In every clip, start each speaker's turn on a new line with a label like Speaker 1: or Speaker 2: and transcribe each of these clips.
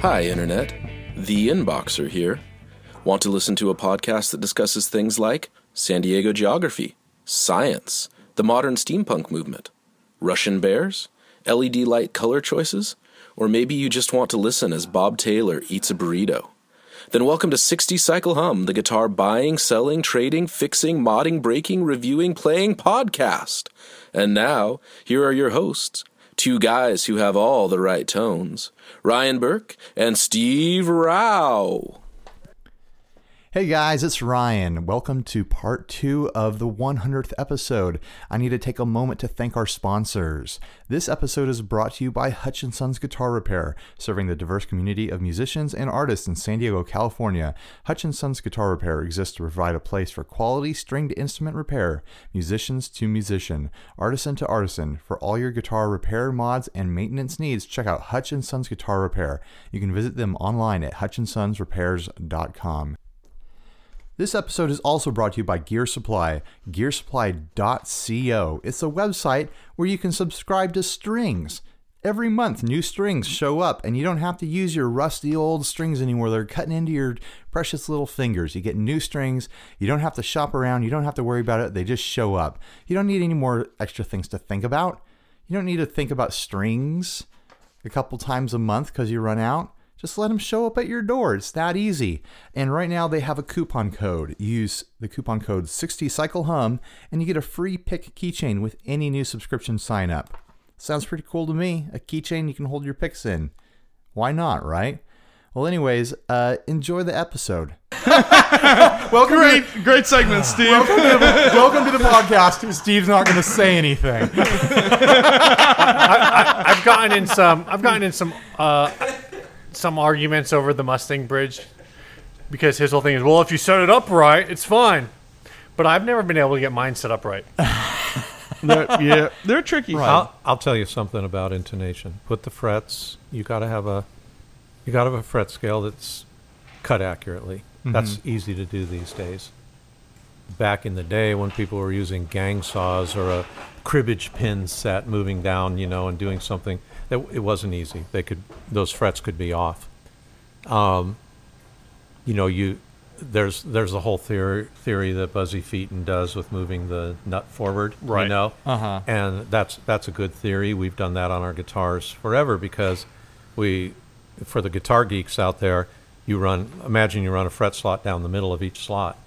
Speaker 1: Hi, Internet. The Inboxer here. Want to listen to a podcast that discusses things like San Diego geography, science, the modern steampunk movement, Russian bears, LED light color choices, or maybe you just want to listen as Bob Taylor eats a burrito? Then welcome to 60 Cycle Hum, the guitar buying, selling, trading, fixing, modding, breaking, reviewing, playing podcast. And now, here are your hosts, two guys who have all the right tones, Ryan Burke and Steve Rao.
Speaker 2: Hey guys, it's Ryan. Welcome to part two of the 100th episode. I need to take a moment to thank our sponsors. This episode is brought to you by Hutchinson's Guitar Repair, serving the diverse community of musicians and artists in San Diego, California. Hutchinson's Guitar Repair exists to provide a place for quality stringed instrument repair, musicians to musician, artisan to artisan. For all your guitar repair, mods, and maintenance needs, check out Hutchinson's Guitar Repair. You can visit them online at hutchinsonsrepairs.com. This episode is also brought to you by Gear Supply, gearsupply.co. It's a website where you can subscribe to strings. Every month, new strings show up, and you don't have to use your rusty old strings anymore. They're cutting into your precious little fingers. You get new strings. You don't have to shop around. You don't have to worry about it. They just show up. You don't need any more extra things to think about. You don't need to think about strings a couple times a month because you run out. Just let them show up at your door. It's that easy. And right now they have a coupon code. Use the coupon code 60CycleHum and you get a free pick keychain with any new subscription sign up. Sounds pretty cool to me. A keychain you can hold your picks in. Why not, right? Well, anyways, uh, enjoy the episode. welcome, to,
Speaker 3: Great, great segment, Steve.
Speaker 2: welcome to the podcast. Steve's not going to say anything.
Speaker 4: I've gotten in some. I've gotten in some. Uh, some arguments over the Mustang Bridge because his whole thing is, well, if you set it up right, it's fine. But I've never been able to get mine set up right.
Speaker 3: No, yeah, they're tricky.
Speaker 5: I'll, I'll tell you something about intonation. Put the frets. You got to have a, you got to have a fret scale that's cut accurately.
Speaker 3: Mm-hmm.
Speaker 5: That's easy to do these days. Back in the day, when people were using gang saws or a cribbage pin set, moving down, you know, and doing something, that it wasn't easy. They could those frets could be off. Um, you know, you there's there's the whole theory theory that Buzzy Featon does with moving the nut forward.
Speaker 4: Right.
Speaker 5: You know, uh-huh. and that's that's a good theory. We've done that on our guitars forever because we, for the guitar geeks out there, you run imagine you run a fret slot down the middle of each slot,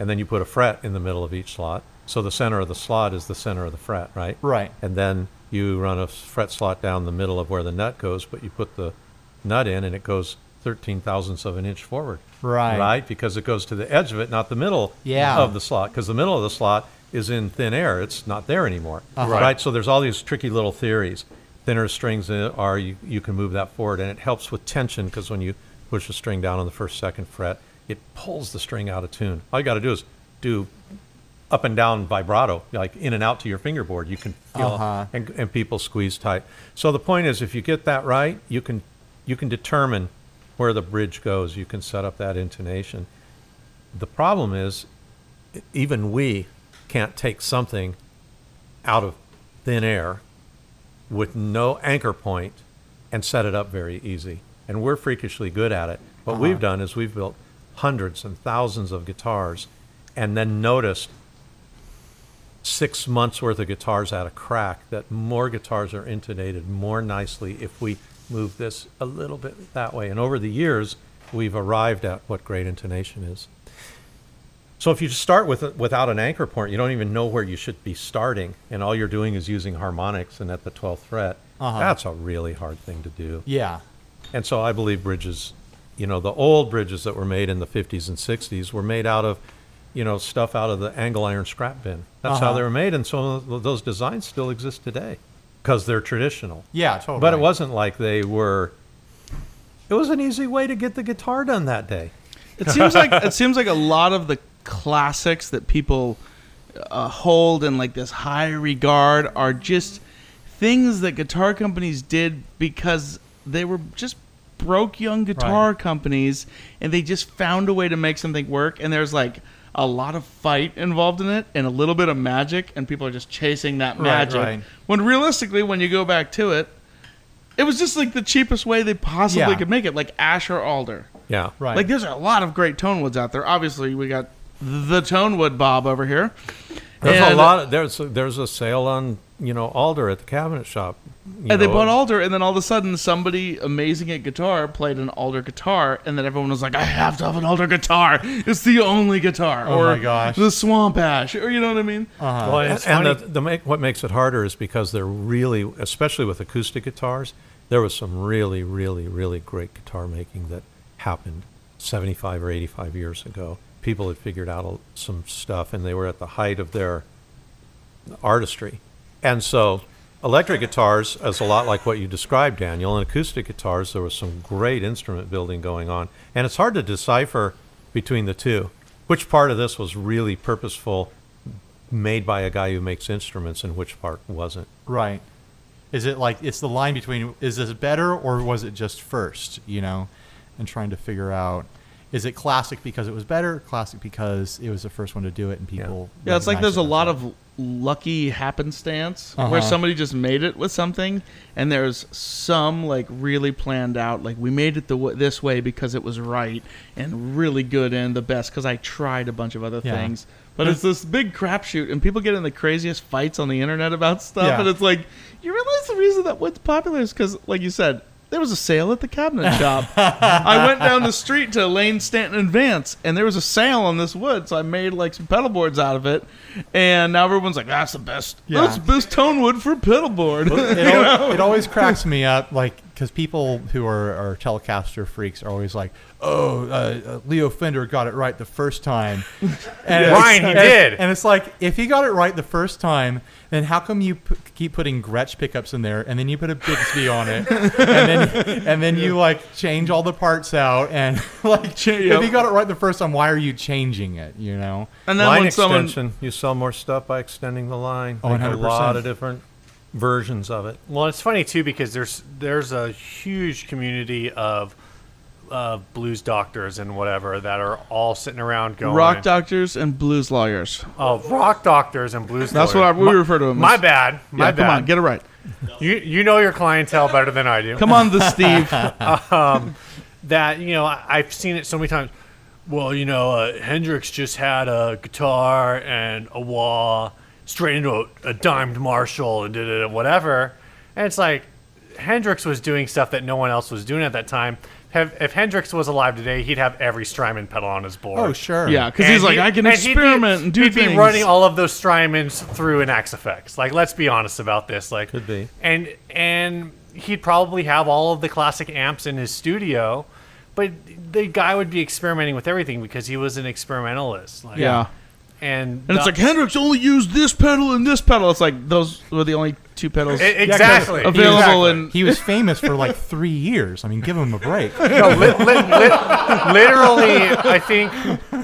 Speaker 5: and then you put a fret in the middle of each slot. So the center of the slot is the center of the fret, right?
Speaker 2: Right.
Speaker 5: And then you run a fret slot down the middle of where the nut goes, but you put the nut in and it goes thirteen thousandths of an inch forward.
Speaker 2: Right.
Speaker 5: Right, because it goes to the edge of it, not the middle
Speaker 2: Yeah.
Speaker 5: of the slot, because the middle of the slot is in thin air. It's not there anymore.
Speaker 4: Right.
Speaker 2: Uh-huh.
Speaker 5: Right. So there's all these tricky little theories. Thinner strings are you, you can move that forward, and it helps with tension because when you push a string down on the first second fret, it pulls the string out of tune. All you got to do is do up and down vibrato, like in and out to your fingerboard. You can feel, and, and people squeeze tight. So the point is, if you get that right, you can you can determine where the bridge goes. You can set up that intonation. The problem is, even we can't take something out of thin air with no anchor point and set it up very easy. And we're freakishly good at it. What we've done is we've built hundreds and thousands of guitars and then noticed six months worth of guitars had a crack that more guitars are intonated more nicely if we move this a little bit that way and over the years we've arrived at what great intonation is so if you just start with without an anchor point you don't even know where you should be starting and all you're doing is using harmonics and at the 12th fret that's a really hard thing to do
Speaker 2: Yeah.
Speaker 5: and so I believe bridges, you know, the old bridges that were made in the 50s and 60s were made out of, you know, stuff out of the angle iron scrap bin. That's how they were made. And so those designs still exist today because they're traditional.
Speaker 2: Yeah, totally.
Speaker 5: But it wasn't like they were, it was an easy way to get the guitar done that day.
Speaker 3: It seems like it seems like a lot of the classics that people uh, hold in like this high regard are just things that guitar companies did because they were just broke young guitar companies and they just found a way to make something work and there's like a lot of fight involved in it and a little bit of magic and people are just chasing that magic
Speaker 2: right.
Speaker 3: when realistically when you go back to it It was just like the cheapest way they possibly
Speaker 6: Yeah.
Speaker 3: could make it, like Ash or Alder.
Speaker 5: Yeah.
Speaker 6: Right.
Speaker 3: Like there's a lot of great tone woods out there. Obviously, we got the tone wood Bob over here.
Speaker 5: There's a
Speaker 3: And-
Speaker 5: lot. Of, there's there's a sale on you know alder at the cabinet shop. you
Speaker 3: And they
Speaker 5: know,
Speaker 3: bought Alder, and then all of a sudden, somebody amazing at guitar played an Alder guitar, and then everyone was like, "I have to have an Alder guitar. It's the only guitar."
Speaker 4: Oh
Speaker 3: or
Speaker 4: my gosh.
Speaker 3: the Swamp Ash, or you know what I mean?
Speaker 4: Well, and it's
Speaker 5: and
Speaker 4: funny.
Speaker 5: the, the make, what makes it harder is because they're really, especially with acoustic guitars, there was some really, really, really great guitar making that happened 75 or 85 years ago. People had figured out a- some stuff and they were at the height of their artistry. And so electric guitars is a lot like what you described, Daniel. And acoustic guitars, there was some great instrument building going on. And it's hard to decipher between the two. Which part of this was really purposeful, made by a guy who makes instruments, and which part wasn't?
Speaker 6: Right. Is it like it's the line between is this better or was it just first, you know, and trying to figure out is it classic because it was better, classic because it was the first one to do it and people
Speaker 3: Yeah, it's like
Speaker 6: recognize
Speaker 3: there's
Speaker 6: it
Speaker 3: a
Speaker 6: and
Speaker 3: lot
Speaker 6: stuff.
Speaker 3: of lucky happenstance
Speaker 6: Uh-huh.
Speaker 3: where somebody just made it with something, and there's some like really planned out, like we made it the w- this way because it was right and really good and the best because I tried a bunch of other
Speaker 6: Yeah.
Speaker 3: things. But it's this big crapshoot, and people get in the craziest fights on the internet about stuff,
Speaker 6: Yeah.
Speaker 3: and it's like you realize the reason that what's popular is because, like you said. There was a sale at the cabinet shop. I went down the street to Lane Stanton and Vance, and there was a sale on this wood, so I made like some pedal boards out of it. And now everyone's like, "That's the best.
Speaker 6: Yeah.
Speaker 3: That's the best tone wood for a pedal board."
Speaker 6: it, always, it always cracks me up, like because people who are, are Telecaster freaks are always like, "Oh, uh, uh, Leo Fender got it right the first time." And it's-
Speaker 4: Ryan, he
Speaker 6: and-
Speaker 4: did.
Speaker 6: And it's like, if he got it right the first time, then how come you p- keep putting Gretsch pickups in there, and then you put a Bixby on it, and then and then you like change all the parts out, and like if
Speaker 3: yep.
Speaker 6: he got it right the first time, why are you changing it? You know.
Speaker 3: and then
Speaker 5: line
Speaker 3: when someone,
Speaker 5: extension. You sell more stuff by extending the line.
Speaker 6: Oh,
Speaker 5: Make a
Speaker 6: 100%.
Speaker 5: lot of different versions of it.
Speaker 4: Well, it's funny too because there's there's a huge community of of blues doctors and whatever that are all sitting around going
Speaker 3: rock doctors and blues lawyers.
Speaker 4: Oh, rock doctors and blues.
Speaker 3: That's
Speaker 4: lawyers.
Speaker 3: what I- we refer to them
Speaker 4: My
Speaker 3: as.
Speaker 4: bad. My
Speaker 3: yeah,
Speaker 4: bad.
Speaker 3: come on, get it right.
Speaker 4: you you know your clientele better than I do.
Speaker 3: Come on, the Steve.
Speaker 4: that you know I, I've seen it so many times. Well, you know uh, Hendrix just had a guitar and a wah straight into a, a dimed Marshall and did it and whatever, and it's like Hendrix was doing stuff that no one else was doing at that time. Have, if Hendrix was alive today, he'd have every Strymon pedal on his board.
Speaker 6: Oh sure.
Speaker 3: yeah, because
Speaker 4: And
Speaker 3: he's like,
Speaker 4: he-
Speaker 3: I can
Speaker 4: and he'd be-
Speaker 3: experiment and do
Speaker 4: he'd
Speaker 3: things.
Speaker 4: be running all of those Strymans through an Axe Effects. Like, let's be honest about this. Like,
Speaker 5: Could be.
Speaker 4: And and he'd probably have all of the classic amps in his studio, but the guy would be experimenting with everything because he was an experimentalist. Like,
Speaker 3: yeah.
Speaker 4: And,
Speaker 3: And it's
Speaker 4: the- E-
Speaker 3: like Hendrix only used this pedal and this pedal. It's like those were the only two pedals
Speaker 4: E- exactly
Speaker 3: available.
Speaker 4: Exactly.
Speaker 3: And
Speaker 6: He was famous for like three years. I mean, give him a break.
Speaker 4: No, li- li- li- literally, I think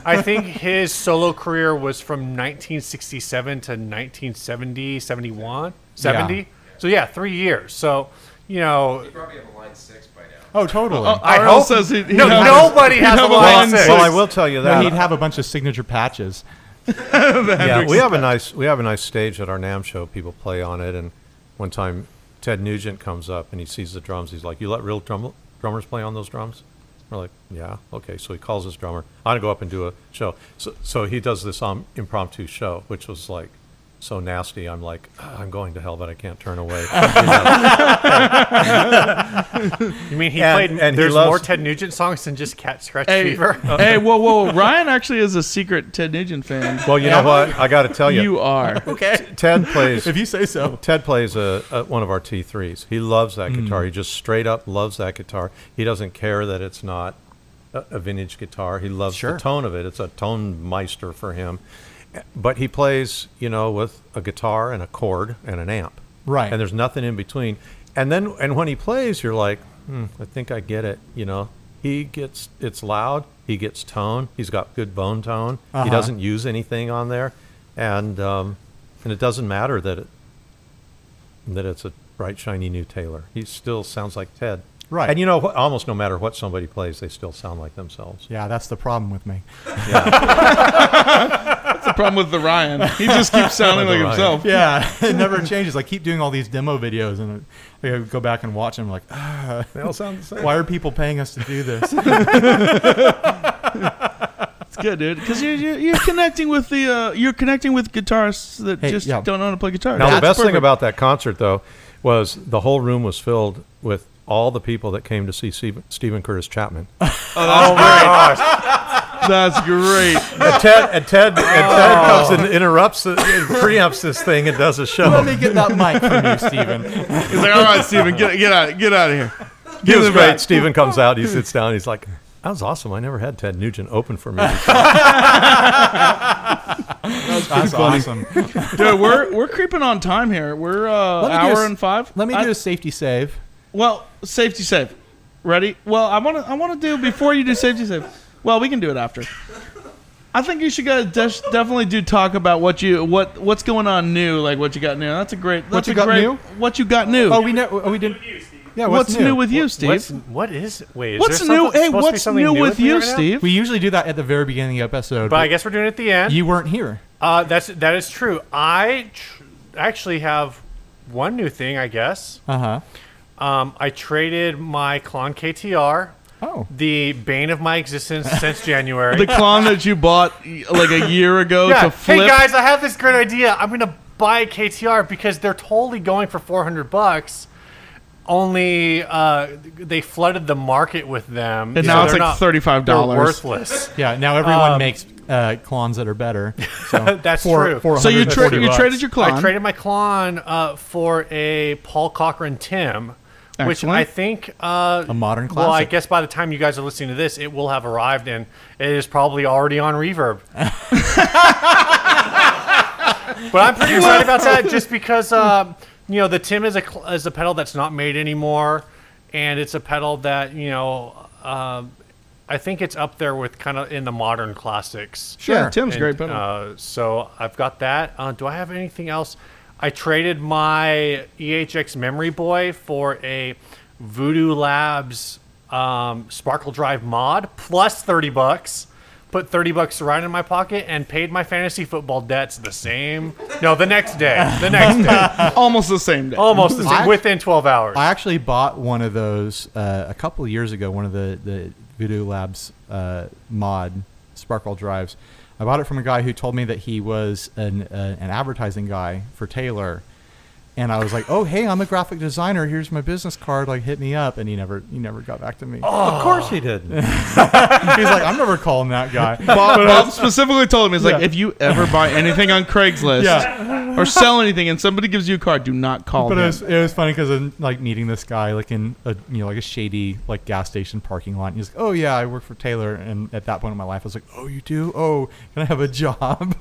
Speaker 4: I think his solo career was from 1967 to 1970, 71, 70.
Speaker 6: Yeah.
Speaker 4: So yeah, three years. So you know,
Speaker 7: probably have a line six by now.
Speaker 6: Oh, totally.
Speaker 4: I
Speaker 3: RL
Speaker 4: hope
Speaker 3: says he- he
Speaker 4: no,
Speaker 3: has-
Speaker 4: nobody
Speaker 3: he
Speaker 4: has a
Speaker 3: have a
Speaker 4: line
Speaker 3: line
Speaker 4: six.
Speaker 5: Well, I will tell you
Speaker 6: No,
Speaker 5: that
Speaker 6: he'd have a bunch of signature patches.
Speaker 5: yeah, we have a nice we have a nice stage at our NAM show. People play on it, and one time Ted Nugent comes up and he sees the drums. He's like, "You let real drum- drummers play on those drums?" We're like, "Yeah, okay." So he calls his drummer. I'm gonna go up and do a show. So so he does this um, impromptu show, which was like so nasty. I'm like, "Ah, I'm going to hell, but I can't turn away. You know?
Speaker 4: You mean he
Speaker 5: And-
Speaker 4: played?
Speaker 5: and he
Speaker 4: there's
Speaker 5: loves-
Speaker 4: more Ted Nugent songs than just Cat Scratch
Speaker 3: hey, uh,
Speaker 4: Fever.
Speaker 3: hey, whoa, whoa, whoa! Ryan actually is a secret Ted Nugent fan.
Speaker 5: well, you know what? I got to
Speaker 2: Oh,
Speaker 5: tell you,
Speaker 3: You are.
Speaker 6: Okay.
Speaker 5: Ted plays
Speaker 6: If you say so.
Speaker 5: Ted plays a, a one of our T3s. He loves that guitar. He just straight up loves that guitar. He doesn't care that it's not a, a vintage guitar. He loves
Speaker 6: Sure.
Speaker 5: the tone of it. It's a tone meister for him. But he plays, you know, with a guitar and a chord and an amp.
Speaker 6: Right.
Speaker 5: And there's nothing in between. And then and when he plays, you're like, hmm, I think I get it, you know. He gets it's loud, he gets tone, he's got good bone tone.
Speaker 6: Uh-huh.
Speaker 5: He doesn't use anything on there. And um, and it doesn't matter that it that it's a bright, shiny new Taylor. He still sounds like Ted.
Speaker 6: Right.
Speaker 5: And you know, wh- almost no matter what somebody plays, they still sound like themselves.
Speaker 6: Yeah, that's the problem with me.
Speaker 3: problem with the Ryan. He just keeps sounding
Speaker 5: With
Speaker 3: like
Speaker 5: the Ryan.
Speaker 3: himself.
Speaker 2: Yeah, it never changes. I keep doing all these demo videos, and I I go back and watch them. Like, ah,
Speaker 5: They all sound the same.
Speaker 2: why are people paying us to do this?
Speaker 3: It's good, dude. Because you're, you're, you're connecting with the uh, you're connecting with guitarists that
Speaker 2: Hey,
Speaker 3: just
Speaker 2: yeah.
Speaker 3: don't know how to play guitar.
Speaker 5: Now, the
Speaker 2: That's
Speaker 5: best thing
Speaker 2: perfect.
Speaker 5: about that concert, though, was the whole room was filled with all the people that came to see Stephen, Stephen Curtis Chapman.
Speaker 4: Oh my gosh!
Speaker 3: that's great.
Speaker 5: And Ted, and Ted, and Ted
Speaker 3: Oh.
Speaker 5: comes and interrupts, the, and preempts this thing and does a
Speaker 2: Let
Speaker 5: show.
Speaker 2: me get that mic from you, Steven.
Speaker 3: He's like, all right, Steven, get get out get out of here.
Speaker 5: He was
Speaker 3: it
Speaker 5: great.
Speaker 3: back.
Speaker 5: Stephen comes out, he sits down, he's like, "That was awesome. I never had Ted Nugent open for me."
Speaker 2: That's awesome.
Speaker 3: Dude, we're we're creeping on time here. We're uh,
Speaker 2: Let me do a
Speaker 3: hour
Speaker 2: s-
Speaker 3: and five.
Speaker 2: Let me
Speaker 3: I-
Speaker 2: do a safety save.
Speaker 3: Well, safety save. Ready? Well, I want to. I want to do before you do safety save. Well, we can do it after. I think you should guys des- definitely do talk about what you what what's going on new, like what you got new. That's a great. That's
Speaker 2: you
Speaker 3: a
Speaker 2: got
Speaker 3: great,
Speaker 2: new?
Speaker 3: What you got new?
Speaker 2: Oh, we know. Oh, we didn't. Yeah,
Speaker 3: what's, new? with you, Steve?
Speaker 4: What's,
Speaker 3: What's,
Speaker 4: what is? Wait, is there
Speaker 3: new?
Speaker 4: something-
Speaker 3: Hey,
Speaker 4: supposed to be
Speaker 3: what's
Speaker 4: something
Speaker 3: new, with
Speaker 4: me
Speaker 3: you,
Speaker 4: right now?
Speaker 3: Steve?
Speaker 2: We usually do that at the very beginning of the episode,
Speaker 4: But I guess we're doing it at the end.
Speaker 2: you weren't here.
Speaker 4: Uh, that's that is true. I tr- actually have one new thing. I guess
Speaker 2: Uh huh.
Speaker 4: um, I traded my Klon KTR,
Speaker 2: Oh,
Speaker 4: the bane of my existence since January.
Speaker 3: the clone that you bought like a year ago
Speaker 4: yeah.
Speaker 3: to flip.
Speaker 4: Hey guys, I have this great idea. I'm gonna buy a KTR because they're totally going for 400 bucks. Only uh, they flooded the market with them,
Speaker 3: And now it's
Speaker 4: they're
Speaker 3: like
Speaker 4: not-
Speaker 3: $35.
Speaker 4: they're Worthless.
Speaker 2: yeah. Now everyone makes uh, clones that are better. So
Speaker 4: Um, That's
Speaker 2: for-
Speaker 4: true.
Speaker 2: for
Speaker 3: so you, tra-
Speaker 2: 140
Speaker 3: you
Speaker 2: bucks.
Speaker 3: traded your clone.
Speaker 4: I traded my Klon uh, for a Paul Cochran Tim, which
Speaker 3: Excellent.
Speaker 4: I think uh,
Speaker 2: A modern
Speaker 4: Well, I
Speaker 2: classic.
Speaker 4: guess by the time you guys are listening to this, it will have arrived, and it is probably already on reverb. but I'm pretty excited about that, just because uh, you know the Tim is a cl- is a pedal that's not made anymore, and it's a pedal that you know. Uh, I think it's up there with kind of in the modern classics.
Speaker 3: Yeah, Tim's
Speaker 4: And,
Speaker 3: great pedal.
Speaker 4: Uh, so I've got that. Uh, do I have anything else? I traded my EHX Memory Boy for a Voodoo Labs um, Sparkle Drive mod plus 30 bucks. Put 30 bucks right in my pocket and paid my fantasy football debts the same. No, the next day. The next day.
Speaker 3: Almost the same day.
Speaker 4: Almost the
Speaker 2: I-
Speaker 4: same. Within 12 hours.
Speaker 2: I actually bought one of those uh, a couple of years ago. One of the the Voodoo Labs uh, mod Sparkle drives. I bought it from a guy who told me that he was an uh, an advertising guy for Taylor, and I was like, "Oh, hey, I'm a graphic designer. Here's my business card. Like, hit me up." And he never he never got back to me.
Speaker 4: Oh.
Speaker 5: of course he did.
Speaker 2: He's like, "I'm never calling that guy."
Speaker 3: Bob, Bob specifically told him, he's like,
Speaker 2: Yeah.
Speaker 3: if you ever buy anything on Craigslist or sell anything and somebody gives you a card, do not call
Speaker 2: But
Speaker 3: them.
Speaker 2: it was, it was funny because like meeting this guy like in a you know like a shady like gas station parking lot. And he's like, "Oh yeah, I work for Taylor." And at that point in my life, I was like, "Oh, you do? Oh, can I have a job?"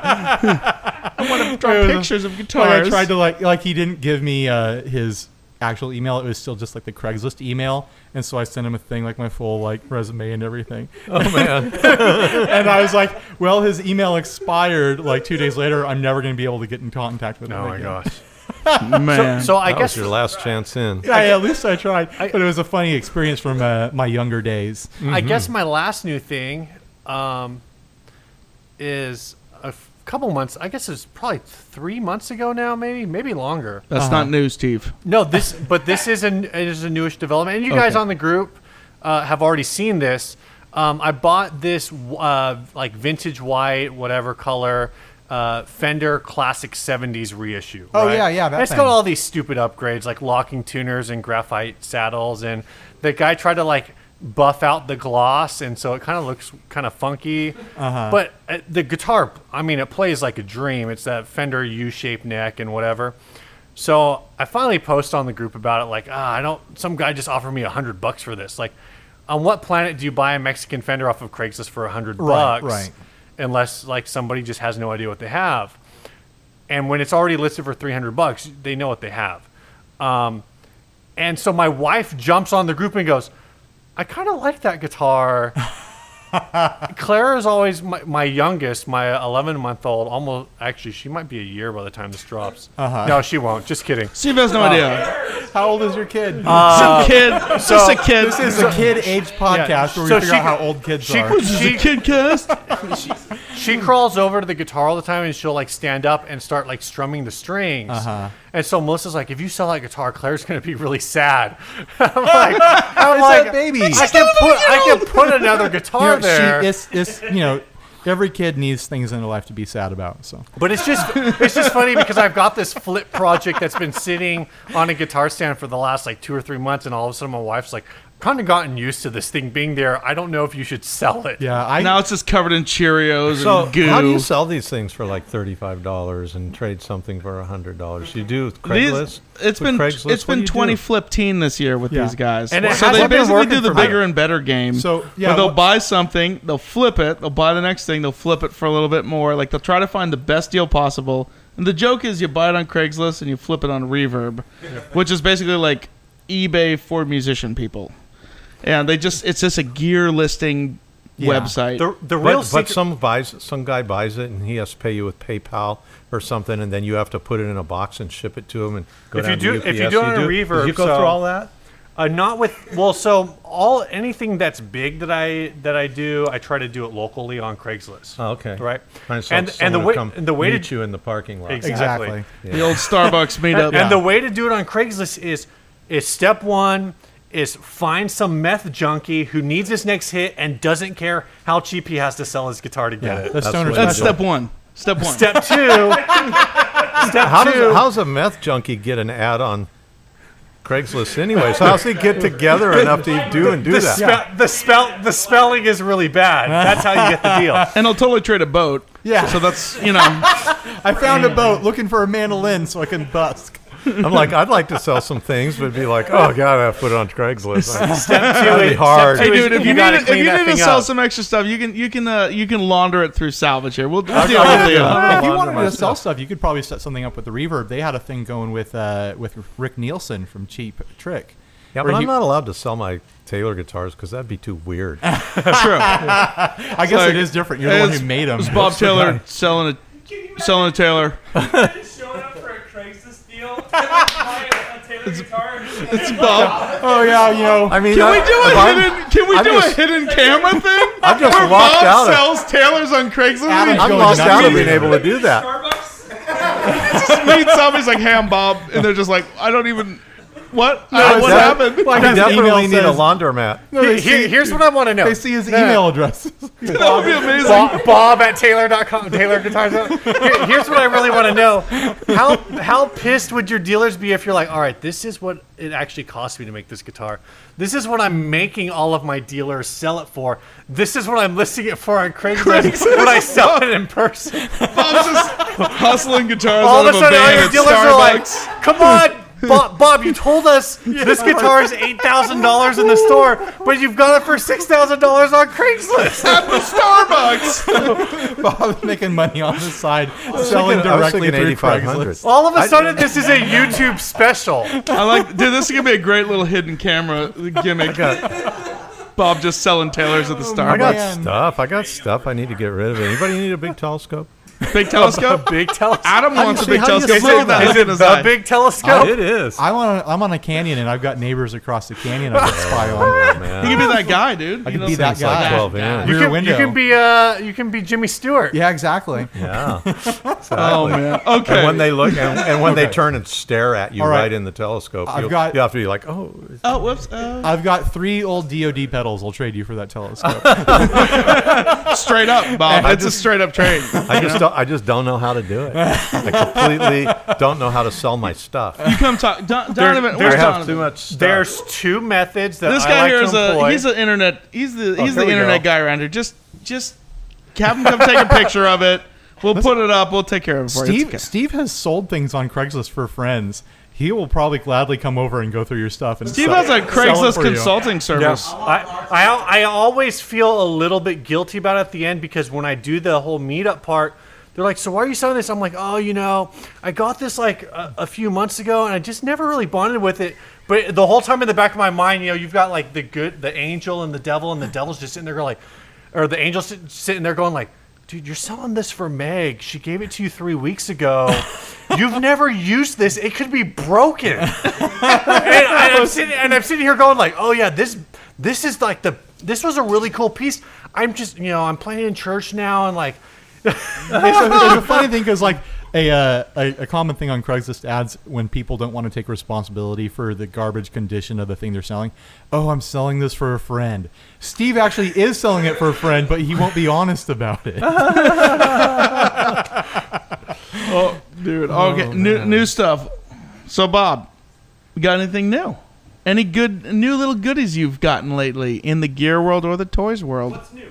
Speaker 3: I want to draw
Speaker 2: It was-
Speaker 3: pictures of
Speaker 2: like I
Speaker 3: guitars.
Speaker 2: tried to like like he didn't give me uh, his actual email. It was still just like the Craigslist email, and so I sent him a thing like my full like resume and everything.
Speaker 5: Oh man,
Speaker 2: and I was like, "Well, his email expired like two days later. I'm never going to be able to get in contact with him."
Speaker 4: oh my
Speaker 2: again."
Speaker 4: gosh.
Speaker 3: Man.
Speaker 4: So I
Speaker 5: that
Speaker 4: guess
Speaker 5: was your last chance in.
Speaker 2: Yeah, yeah, at least I tried. but it was a funny experience from uh, my younger days.
Speaker 4: I guess my last new thing um, is a f- couple months. I guess it's probably three months ago now, maybe, maybe longer.
Speaker 3: That's
Speaker 2: Uh-huh.
Speaker 3: not news, Steve.
Speaker 4: No, this, but this is an it is a newish development, and you guys
Speaker 3: Okay.
Speaker 4: on the group uh, have already seen this. Um, I bought this uh, like vintage white, whatever color. Uh, Fender Classic 70s reissue.
Speaker 2: Oh,
Speaker 4: right?
Speaker 2: yeah, yeah, that
Speaker 4: And It's
Speaker 2: thing.
Speaker 4: got all these stupid upgrades like locking tuners and graphite saddles, and the guy tried to like buff out the gloss, and so it kind of looks kind of funky. Uh-huh. But uh, the guitar, I mean, it plays like a dream. It's that Fender U-shaped neck and whatever. So I finally post on the group about it, like, ah, I don't. Some guy just offered me a hundred bucks for this. Like, on what planet do you buy a Mexican Fender off of Craigslist for a hundred
Speaker 2: Right,
Speaker 4: bucks?
Speaker 2: right.
Speaker 4: Unless like somebody just has no idea what they have. And when it's already listed for three hundred bucks, they know what they have. Um, and so my wife jumps on the group and goes, I kind of like that guitar. Claire is always my, my youngest, my 11 month old. Almost actually, she might be a year by the time this drops. Uh-huh. No, she won't. Just kidding.
Speaker 3: Steve has no idea.
Speaker 6: How old is your kid?
Speaker 3: Some kid, it's just a kid.
Speaker 6: this is a kid age podcast where we
Speaker 4: So
Speaker 6: figure
Speaker 4: she-
Speaker 6: out how old kids
Speaker 4: she-
Speaker 6: are.
Speaker 3: This is a kid cast.
Speaker 4: She crawls over to the guitar all the time, and she'll like stand up and start like strumming the strings. Uh-huh. And so Melissa's like, "If you sell that guitar, Claire's gonna be really sad." I'm like, I'm
Speaker 6: It's
Speaker 4: like,
Speaker 6: a baby.
Speaker 4: I can put I can put another
Speaker 6: You
Speaker 4: guitar
Speaker 6: know,
Speaker 4: there.
Speaker 6: she, it's, it's, you know, every kid needs things in their life to be sad about. So
Speaker 4: But it's just it's just funny because I've got this flip project that's been sitting on a guitar stand for the last like two or three months, and all of a sudden my wife's like, kind of gotten used to this thing being there. I don't know if you should sell it.
Speaker 6: yeah, I
Speaker 3: Now it's just covered in Cheerios
Speaker 5: So
Speaker 3: and goo.
Speaker 5: how do you sell these things for like thirty-five dollars and trade something for hundred dollars? You do with
Speaker 3: These-
Speaker 5: Craigslist.
Speaker 3: it's
Speaker 5: With
Speaker 3: been
Speaker 5: Craigslist,
Speaker 3: it's
Speaker 5: what do
Speaker 3: been
Speaker 5: you do?
Speaker 3: 20 flip teen this year with
Speaker 6: Yeah.
Speaker 3: these guys.
Speaker 4: And it
Speaker 3: so they
Speaker 4: hasn't been
Speaker 3: basically
Speaker 4: working
Speaker 3: do the
Speaker 4: for me.
Speaker 3: bigger and better game.
Speaker 6: So, yeah,
Speaker 3: where they'll
Speaker 6: what-
Speaker 3: buy something, they'll flip it, they'll buy the next thing, they'll flip it for a little bit more. Like they'll try to find the best deal possible. And the joke is you buy it on Craigslist and you flip it on Reverb, which is basically like eBay for musician people. And they just it's just a gear listing
Speaker 6: Yeah.
Speaker 3: website.
Speaker 4: The the
Speaker 5: But,
Speaker 4: real
Speaker 5: but
Speaker 4: secret.
Speaker 5: some buys some guy buys it and he has to pay you with PayPal or something, and then you have to put it in a box and ship it to him. And go
Speaker 4: If you
Speaker 5: down to
Speaker 4: do- if you
Speaker 5: UPS.
Speaker 4: do it on a Reverb,
Speaker 5: you go
Speaker 4: so-
Speaker 5: through all that.
Speaker 4: Uh, not with well, so all anything that's big that I that I do, I try to do it locally on Craigslist.
Speaker 5: Oh, okay,
Speaker 4: Right.
Speaker 5: And, so
Speaker 4: And-
Speaker 5: and,
Speaker 4: and the way-
Speaker 5: come
Speaker 4: and the way to-
Speaker 5: meet you in the parking lot.
Speaker 4: Exactly.
Speaker 6: exactly.
Speaker 3: the old Starbucks meetup.
Speaker 4: And the way to do it on Craigslist is is step one is find some meth junkie who needs his next hit and doesn't care how cheap he has to sell his guitar to get it.
Speaker 6: The stoner
Speaker 5: what-
Speaker 3: That's
Speaker 6: special.
Speaker 3: step one. Step one.
Speaker 4: Step two. step
Speaker 5: How
Speaker 4: two.
Speaker 5: does how's a meth junkie get an ad on Craigslist anyways? How's he get together enough to do and do
Speaker 4: the,
Speaker 5: that?
Speaker 4: spe- the spell the spelling is really bad. That's how you get the deal.
Speaker 3: And they'll totally trade a boat.
Speaker 6: Yeah.
Speaker 3: So that's you know.
Speaker 6: I found a boat looking for a mandolin so I can busk.
Speaker 5: I'm like, I'd like to sell some things, but be like, oh god, I have to put it on Craigslist.
Speaker 4: Step two
Speaker 5: That'd
Speaker 4: is
Speaker 5: be hard.
Speaker 4: Step
Speaker 3: Hey,
Speaker 4: two is
Speaker 3: dude, if you, need,
Speaker 4: gotta
Speaker 3: if
Speaker 4: clean
Speaker 3: you
Speaker 4: that
Speaker 3: need to
Speaker 4: thing
Speaker 3: sell
Speaker 4: up.
Speaker 3: some extra stuff, you can you can uh, you can launder it through salvage here. We'll, we'll deal with the. Uh,
Speaker 6: if you
Speaker 5: Bond
Speaker 6: wanted to
Speaker 5: myself.
Speaker 6: sell stuff, you could probably set something up with the reverb. They had a thing going with uh, with Rick Nielsen from Cheap Trick.
Speaker 5: yeah,
Speaker 6: Where
Speaker 5: but I'm
Speaker 6: he-
Speaker 5: not allowed to sell my Taylor guitars because that'd be too weird.
Speaker 6: I guess
Speaker 3: like-
Speaker 6: it is different. You're the one
Speaker 3: it's-
Speaker 6: who made them.
Speaker 3: It's Bob Taylor selling a selling a Taylor.
Speaker 7: showing up for a Craigslist deal, buying a Taylor guitar.
Speaker 3: It's Bob.
Speaker 6: Oh yeah, you know.
Speaker 5: I mean,
Speaker 3: Can
Speaker 5: I,
Speaker 3: we do a
Speaker 5: if I'm-
Speaker 3: hidden? Can we
Speaker 5: I'm
Speaker 3: do a
Speaker 5: just-
Speaker 3: hidden camera thing?
Speaker 5: I've just
Speaker 3: Where
Speaker 5: walked
Speaker 3: Bob
Speaker 5: out of-
Speaker 3: sells Taylors on Craigslist.
Speaker 6: Adam-
Speaker 3: and
Speaker 5: I'm
Speaker 6: going
Speaker 5: lost
Speaker 6: nuts.
Speaker 5: out of being able to do that.
Speaker 7: Starbucks.
Speaker 3: He just meets somebody's like, "Hey, I'm Bob," and they're just like, "I don't even." What? I- what
Speaker 5: That-
Speaker 3: happened?
Speaker 5: I
Speaker 6: his email
Speaker 5: definitely need a
Speaker 6: says-
Speaker 5: laundromat.
Speaker 4: Here- here- here's what I want to know.
Speaker 6: They see his email address.
Speaker 3: that would be amazing.
Speaker 4: Bob, Bob at Taylor.com, Taylor Guitars. Here- here's what I really want to know: how how pissed would your dealers be if you're like, all right, this is what it actually costs me to make this guitar. This is what I'm making all of my dealers sell it for. This is what I'm listing it for on Craigslist, when I sell it in person.
Speaker 3: Bob's just hustling guitars
Speaker 4: All
Speaker 3: out
Speaker 4: of a sudden, all
Speaker 3: van
Speaker 4: your
Speaker 3: at
Speaker 4: dealers are like, come on. Bob, Bob, you told us this guitar is eight thousand dollars in the store, but you've got it for six thousand dollars on Craigslist.
Speaker 3: at the Starbucks.
Speaker 6: Bob's making money on the side,
Speaker 5: I
Speaker 6: selling
Speaker 5: was thinking
Speaker 6: directly through
Speaker 5: 8,500.
Speaker 6: Craigslist.
Speaker 4: All of a sudden, this is a YouTube special.
Speaker 3: I like, dude. This is gonna be a great little hidden camera gimmick. Bob just selling tailors at the
Speaker 6: Oh
Speaker 5: I got
Speaker 3: Starbucks.
Speaker 6: man.
Speaker 5: stuff. I got stuff. I need to get rid of it. Anybody need a big telescope?
Speaker 3: Big telescope.
Speaker 4: Big telescope.
Speaker 3: Adam wants a
Speaker 6: see-
Speaker 3: big
Speaker 6: how do you
Speaker 3: telescope.
Speaker 6: see
Speaker 3: Look at that
Speaker 6: that?
Speaker 3: look in his
Speaker 4: The
Speaker 3: eye.
Speaker 4: big telescope.
Speaker 5: It is.
Speaker 6: I want. I'm on a canyon, and I've got neighbors across the canyon. I can spy on.
Speaker 3: He
Speaker 5: Man,
Speaker 3: could be that guy, dude. I
Speaker 6: could be that
Speaker 5: it's like
Speaker 6: guy.
Speaker 5: twelve
Speaker 6: Yeah.
Speaker 5: inch.
Speaker 4: you,
Speaker 6: rear
Speaker 4: can,
Speaker 6: window.
Speaker 4: you can be uh, you can be Jimmy Stewart.
Speaker 6: Yeah, exactly.
Speaker 5: Yeah.
Speaker 3: Oh
Speaker 5: Exactly.
Speaker 3: man. Okay.
Speaker 5: And when they look and, and when they turn and stare at you
Speaker 6: All
Speaker 5: right.
Speaker 6: right.
Speaker 5: in the telescope,
Speaker 6: I've
Speaker 5: you,
Speaker 6: got-
Speaker 5: you have to be like, oh, it's-
Speaker 3: oh, whoops. Uh,
Speaker 6: I've got three old DoD pedals. I'll trade you for that telescope.
Speaker 3: straight up, Bob.
Speaker 5: I
Speaker 3: It's a
Speaker 5: just-
Speaker 3: straight up trade.
Speaker 5: I just don't, I just don't know how to do it. I completely don't know how to sell my stuff.
Speaker 3: You come talk, Don, Donovan.
Speaker 4: there
Speaker 3: Where's
Speaker 5: I have
Speaker 3: Donovan?
Speaker 5: too much stuff.
Speaker 4: There's two methods that
Speaker 3: This
Speaker 4: I
Speaker 3: guy
Speaker 4: like
Speaker 3: here
Speaker 4: to
Speaker 3: is a
Speaker 4: employ.
Speaker 3: he's an internet he's
Speaker 6: Oh,
Speaker 3: the he's
Speaker 4: here
Speaker 3: the
Speaker 4: we
Speaker 3: internet
Speaker 4: go.
Speaker 3: guy around here. Just just have him come take a picture of it. We'll put it up. We'll take care of it for you.
Speaker 6: Steve,
Speaker 3: It's okay.
Speaker 6: Steve has sold things on Craigslist for friends. He will probably gladly come over and go through your stuff. And
Speaker 3: Steve
Speaker 6: sell-
Speaker 3: has
Speaker 6: sell
Speaker 3: a
Speaker 6: it
Speaker 3: Craigslist
Speaker 6: for you.
Speaker 3: consulting service.
Speaker 4: I, I al- I always feel a little bit guilty about it at the end because when I do the whole meetup part, they're like, "So why are you selling this?" I'm like, "Oh, you know, I got this like a, a few months ago, and I just never really bonded with it." But the whole time in the back of my mind, you know, you've got like the good, the angel, and the devil, and the devil's just sitting there going like. or the angel sit, sitting there going like, "Dude, you're selling this for Meg. She gave it to you three weeks ago. You've never used this. It could be broken." and, and I'm sitting, and I'm sitting here going like, "Oh yeah, this this is like the this was a really cool piece. I'm just you know I'm playing in church now and like."
Speaker 2: It's a, it's a funny thing because like a, uh, a a common thing on Craigslist ads when people don't want to take responsibility for the garbage condition of the thing they're selling. Oh, I'm selling this for a friend. Steve actually is selling it for a friend, but he won't be honest about it.
Speaker 3: Oh, dude. Okay, new, new stuff. So, Bob, you got anything new? Any good new little goodies you've gotten lately in the gear world or the toys world?
Speaker 7: What's new?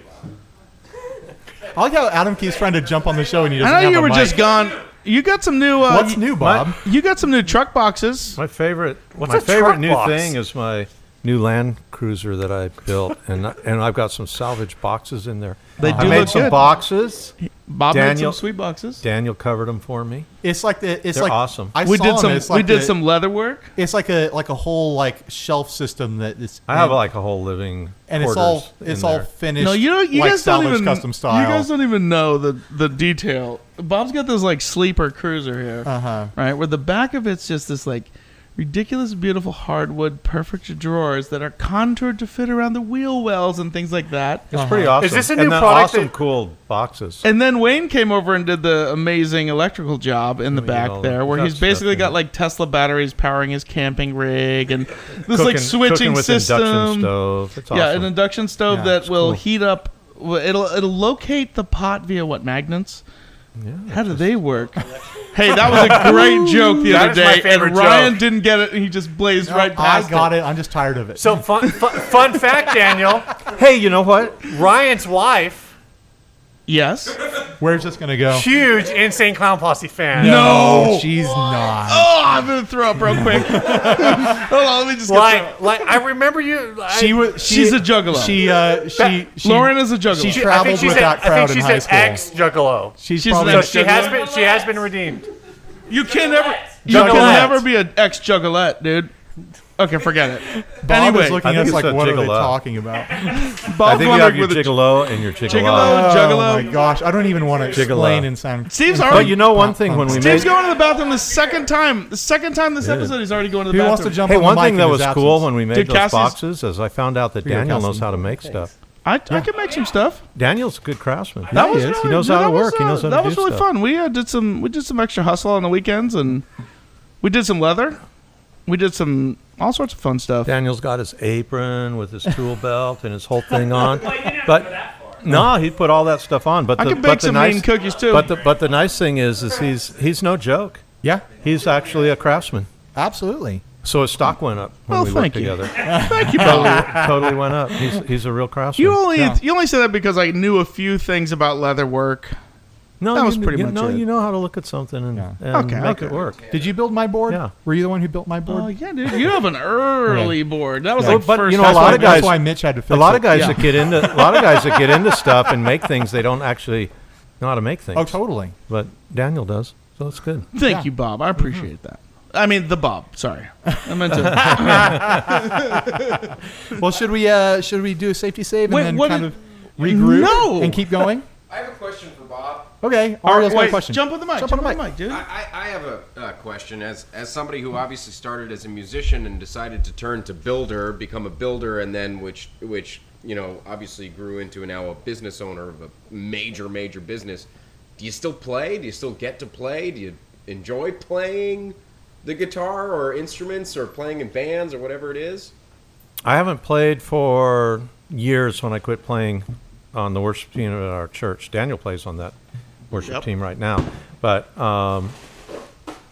Speaker 2: I like how Adam keeps trying to jump on the show and he doesn't
Speaker 3: I know
Speaker 2: have
Speaker 3: you
Speaker 2: a
Speaker 3: were
Speaker 2: mic.
Speaker 3: just gone. You got some new. Uh,
Speaker 2: What's new, Bob?
Speaker 3: You got some new truck boxes.
Speaker 5: My favorite,
Speaker 4: What's
Speaker 5: my
Speaker 4: a
Speaker 5: favorite
Speaker 4: truck
Speaker 5: new
Speaker 4: box?
Speaker 5: thing is my new Land Cruiser that I built, and and I've got some salvage boxes in there.
Speaker 2: Oh,
Speaker 3: They
Speaker 5: I
Speaker 3: do
Speaker 5: made
Speaker 3: look
Speaker 5: some
Speaker 3: good.
Speaker 5: boxes.
Speaker 3: Bob
Speaker 5: Daniel-
Speaker 3: made some sweet boxes.
Speaker 5: Daniel covered them for me.
Speaker 2: It's like the it's
Speaker 5: They're
Speaker 2: like
Speaker 5: awesome.
Speaker 2: I
Speaker 3: we
Speaker 2: saw
Speaker 3: did
Speaker 2: them,
Speaker 3: some.
Speaker 2: It's like
Speaker 3: we did
Speaker 2: the-
Speaker 3: some leather work.
Speaker 2: It's like a like a whole like shelf system that it's.
Speaker 5: I have like a whole living
Speaker 2: and it's all
Speaker 5: quarters
Speaker 2: it's
Speaker 5: in
Speaker 2: all
Speaker 5: there.
Speaker 2: finished.
Speaker 3: No, you don't. You
Speaker 2: like
Speaker 3: guys don't
Speaker 2: salvage
Speaker 3: even.
Speaker 2: custom style.
Speaker 3: You guys don't even know the the detail. Bob's got this like sleeper cruiser here,
Speaker 2: Uh-huh.
Speaker 3: right? Where the back of it's just this like ridiculous, beautiful hardwood, perfect drawers that are contoured to fit around the wheel wells and things like that.
Speaker 5: It's pretty awesome.
Speaker 4: Is this a
Speaker 5: And
Speaker 4: new
Speaker 5: they're
Speaker 4: product
Speaker 5: Awesome,
Speaker 4: that-
Speaker 5: cool boxes.
Speaker 3: Uh-huh. And then Wayne came over and did the amazing electrical job in the
Speaker 5: We did
Speaker 3: back
Speaker 5: all
Speaker 3: there,
Speaker 5: that.
Speaker 3: where
Speaker 5: Got
Speaker 3: he's
Speaker 5: stuff
Speaker 3: basically
Speaker 5: in
Speaker 3: got
Speaker 5: it.
Speaker 3: like Tesla batteries powering his camping rig and this
Speaker 5: cooking,
Speaker 3: like switching
Speaker 5: cooking with induction
Speaker 3: system.
Speaker 5: stove. It's awesome.
Speaker 3: Yeah, an induction stove
Speaker 5: Yeah,
Speaker 3: that
Speaker 5: it's
Speaker 3: will
Speaker 5: cool.
Speaker 3: heat up. well, It'll it'll locate the pot via what magnets?
Speaker 5: Yeah.
Speaker 3: How do they work? hey, that was a great joke the
Speaker 4: That
Speaker 3: other
Speaker 4: is my
Speaker 3: day,
Speaker 4: favorite
Speaker 3: and Ryan
Speaker 4: joke.
Speaker 3: didn't get it, and he just blazed right past
Speaker 2: I got it. I'm just tired of it.
Speaker 4: So fun, fun, fun fact, Daniel.
Speaker 5: Hey, you know what?
Speaker 4: Ryan's wife,
Speaker 3: Yes.
Speaker 2: where's this gonna go?
Speaker 4: huge Insane Clown Posse fan.
Speaker 2: no, she's not.
Speaker 3: Oh, I'm gonna throw up real quick. Hold on, let me just get
Speaker 4: Like, like I remember you. I,
Speaker 2: She was. She,
Speaker 3: She's a juggalo.
Speaker 2: She. Uh, she, she.
Speaker 3: Lauren is a juggalo.
Speaker 2: She
Speaker 3: She- I
Speaker 4: I
Speaker 2: traveled
Speaker 4: think she
Speaker 2: with
Speaker 4: said,
Speaker 2: that
Speaker 4: I
Speaker 2: crowd
Speaker 4: think she
Speaker 2: in high
Speaker 4: said
Speaker 2: school.
Speaker 4: ex Juggalo.
Speaker 2: she's,
Speaker 3: She's
Speaker 2: probably.
Speaker 4: So
Speaker 3: an ex-
Speaker 4: she has been she has been redeemed.
Speaker 3: You can never. You
Speaker 4: Juggalette.
Speaker 3: can never be an ex juggalette, dude. Okay, forget it.
Speaker 2: Bob
Speaker 3: anyway, Oh,
Speaker 2: is looking
Speaker 5: I
Speaker 2: at
Speaker 5: think
Speaker 2: us
Speaker 5: it's
Speaker 2: like,
Speaker 5: a
Speaker 2: what are they
Speaker 5: gigolo.
Speaker 2: talking about?
Speaker 5: I
Speaker 3: Bob
Speaker 5: think you
Speaker 3: Wondrick
Speaker 5: have your
Speaker 3: with a
Speaker 5: gigolo and your
Speaker 3: gigolo
Speaker 5: gigolo.
Speaker 3: and juggalo.
Speaker 2: Oh my gosh, I don't even want to explain in sound.
Speaker 3: Steve's
Speaker 2: in
Speaker 3: already-
Speaker 2: front-
Speaker 5: But you know one thing when we
Speaker 3: Steve's
Speaker 5: made
Speaker 3: going to the bathroom the second time. The second time this episode, he's already going to the
Speaker 2: Who
Speaker 3: bathroom.
Speaker 2: wants to jump
Speaker 5: Hey,
Speaker 2: on
Speaker 5: one
Speaker 2: the mic
Speaker 5: thing that
Speaker 2: in
Speaker 5: was
Speaker 2: his
Speaker 5: cool
Speaker 2: absence?
Speaker 5: when we made
Speaker 3: Dude,
Speaker 5: those
Speaker 3: Cassie's-
Speaker 5: boxes is I found out that
Speaker 2: you,
Speaker 5: Daniel knows
Speaker 2: Cassie.
Speaker 5: how to make stuff.
Speaker 3: I, I can make some stuff.
Speaker 5: Daniel's a good craftsman.
Speaker 3: That was
Speaker 5: He
Speaker 3: really-
Speaker 5: knows
Speaker 3: dude,
Speaker 5: how to
Speaker 3: that was,
Speaker 5: work. he
Speaker 3: uh,
Speaker 5: knows how to
Speaker 3: That
Speaker 5: do
Speaker 3: was really
Speaker 5: stuff.
Speaker 3: fun. We uh, did some. We did some extra hustle on the weekends, and we did some leather. We did some all sorts of fun stuff.
Speaker 5: Daniel's got his apron with his tool belt and his whole thing on.
Speaker 7: Well, you didn't have to go
Speaker 5: But
Speaker 7: that far.
Speaker 5: no, he put all that stuff on. But
Speaker 3: I
Speaker 5: the,
Speaker 3: can
Speaker 5: but
Speaker 3: bake
Speaker 5: the
Speaker 3: some
Speaker 5: nice,
Speaker 3: mean cookies too.
Speaker 5: But the but the nice thing is, is he's he's no joke.
Speaker 2: Yeah,
Speaker 5: He's actually a craftsman.
Speaker 2: absolutely.
Speaker 5: So his stock went up when
Speaker 3: Well,
Speaker 5: we
Speaker 3: thank
Speaker 5: worked
Speaker 3: you.
Speaker 5: together.
Speaker 3: Thank you, brother.
Speaker 5: totally went up. He's he's a real craftsman.
Speaker 3: You only you only said that because I knew a few things about leather work.
Speaker 5: no,
Speaker 3: that
Speaker 5: you,
Speaker 3: was pretty
Speaker 5: you
Speaker 3: much
Speaker 5: know,
Speaker 3: it.
Speaker 5: You know how to look at something and,
Speaker 2: Yeah.
Speaker 5: and
Speaker 3: Okay,
Speaker 5: make
Speaker 3: okay.
Speaker 5: it work.
Speaker 2: Did you build my board?
Speaker 5: Yeah.
Speaker 2: Were you the one who built my
Speaker 3: Oh
Speaker 2: board?
Speaker 3: yeah, dude, you have an early board. That was
Speaker 5: Yeah.
Speaker 3: like
Speaker 5: But,
Speaker 3: first.
Speaker 5: you know, a
Speaker 2: That's
Speaker 5: lot
Speaker 2: why-
Speaker 5: of
Speaker 2: that's
Speaker 5: guys-
Speaker 2: why Mitch had to fix
Speaker 5: a lot
Speaker 2: it.
Speaker 5: of guys
Speaker 3: Yeah.
Speaker 5: that get into a lot of guys that get into stuff and make things they don't actually know how to make things.
Speaker 2: Oh, totally.
Speaker 5: But Daniel does, so it's good.
Speaker 3: Thank
Speaker 2: Yeah.
Speaker 3: you, Bob. I appreciate that. I mean, the Bob. Sorry, I meant to.
Speaker 2: Well, should we uh, should we do a safety save and
Speaker 3: Wait,
Speaker 2: then
Speaker 3: what
Speaker 2: kind
Speaker 3: did-
Speaker 2: of regroup
Speaker 3: No!
Speaker 2: and keep going?
Speaker 8: I have a question for Bob.
Speaker 2: Okay, Ariel's got a
Speaker 3: Wait,
Speaker 2: question.
Speaker 3: Jump on the mic. Jump, on the mic, dude.
Speaker 8: I, I, I have a uh, question as as somebody who obviously started as a musician and decided to turn to builder, become a builder, and then which which you know obviously grew into now a business owner of a major major business. Do you still play? Do you still get to play? Do you enjoy playing the guitar or instruments or playing in bands or whatever it is?
Speaker 5: I haven't played for years when I quit playing on the worship team at our church. Daniel plays on that worship team right now. But, um,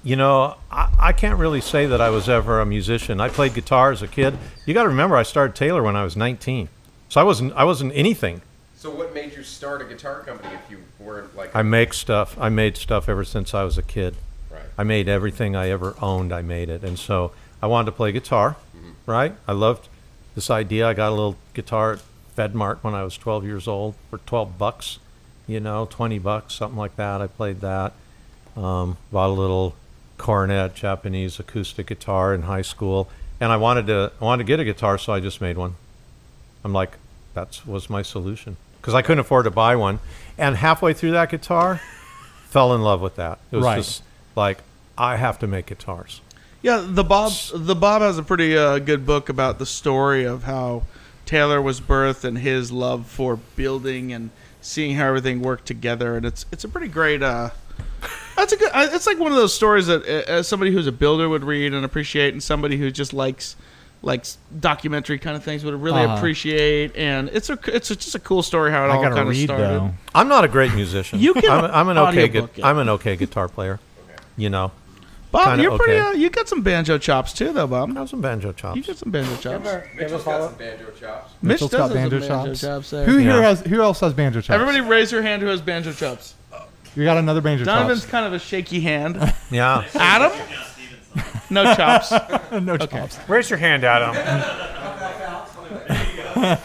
Speaker 5: you know, I, I can't really say that I was ever a musician. I played guitar as a kid. You got to remember, I started Taylor when I was 19. So I wasn't, I wasn't anything.
Speaker 8: So what made you start a guitar company if you weren't like
Speaker 5: I make stuff. I made stuff ever since I was a kid.
Speaker 8: Right.
Speaker 5: I made everything I ever owned. I made it, and so I wanted to play guitar. Right. I loved this idea. I got a little guitar at FedMart when I was 12 years old for 12 bucks, you know, 20 bucks, something like that. I played that. Um, bought a little cornet, Japanese acoustic guitar in high school, and I wanted to. I wanted to get a guitar, so I just made one. I'm like, that was my solution. because I couldn't afford to buy one. And halfway through that guitar, fell in love with that. It was
Speaker 2: Right.
Speaker 5: just like I have to make guitars.
Speaker 3: Yeah, the Bob the Bob has a pretty uh, good book about the story of how Taylor was birthed and his love for building and seeing how everything worked together, and it's it's a pretty great. Uh, that's a good. I- It's like one of those stories that, uh, as somebody who's a builder would read and appreciate, and somebody who just likes likes documentary kind of things would really
Speaker 2: Uh-huh.
Speaker 3: appreciate. And it's a it's a, just a cool story how it
Speaker 2: I
Speaker 3: all
Speaker 2: gotta
Speaker 3: kind of
Speaker 2: read
Speaker 3: started.
Speaker 2: though.
Speaker 5: I'm not a great musician.
Speaker 3: You can
Speaker 5: I'm, I'm an okay. Gu-
Speaker 3: audiobook it.
Speaker 5: I'm an okay guitar player. You know,
Speaker 3: Bob,
Speaker 5: Kinda
Speaker 3: you're pretty.
Speaker 5: okay.
Speaker 3: Uh, you got some banjo chops too, though, Bob.
Speaker 5: I have some banjo chops.
Speaker 3: You got some banjo chops.
Speaker 8: Mitchell's got some banjo chops.
Speaker 3: Mitch
Speaker 2: Mitchell's
Speaker 3: does
Speaker 2: got
Speaker 3: have some
Speaker 2: banjo
Speaker 3: banjo
Speaker 2: chops.
Speaker 3: chops there.
Speaker 2: Who here
Speaker 5: Yeah.
Speaker 2: has? Who else has banjo chops?
Speaker 3: Everybody raise your hand who has banjo chops.
Speaker 2: You got another banjo
Speaker 3: Donovan's
Speaker 2: chops.
Speaker 3: kind of a shaky hand.
Speaker 5: yeah,
Speaker 3: Adam? No chops.
Speaker 2: no chops.
Speaker 4: Raise your hand, Adam.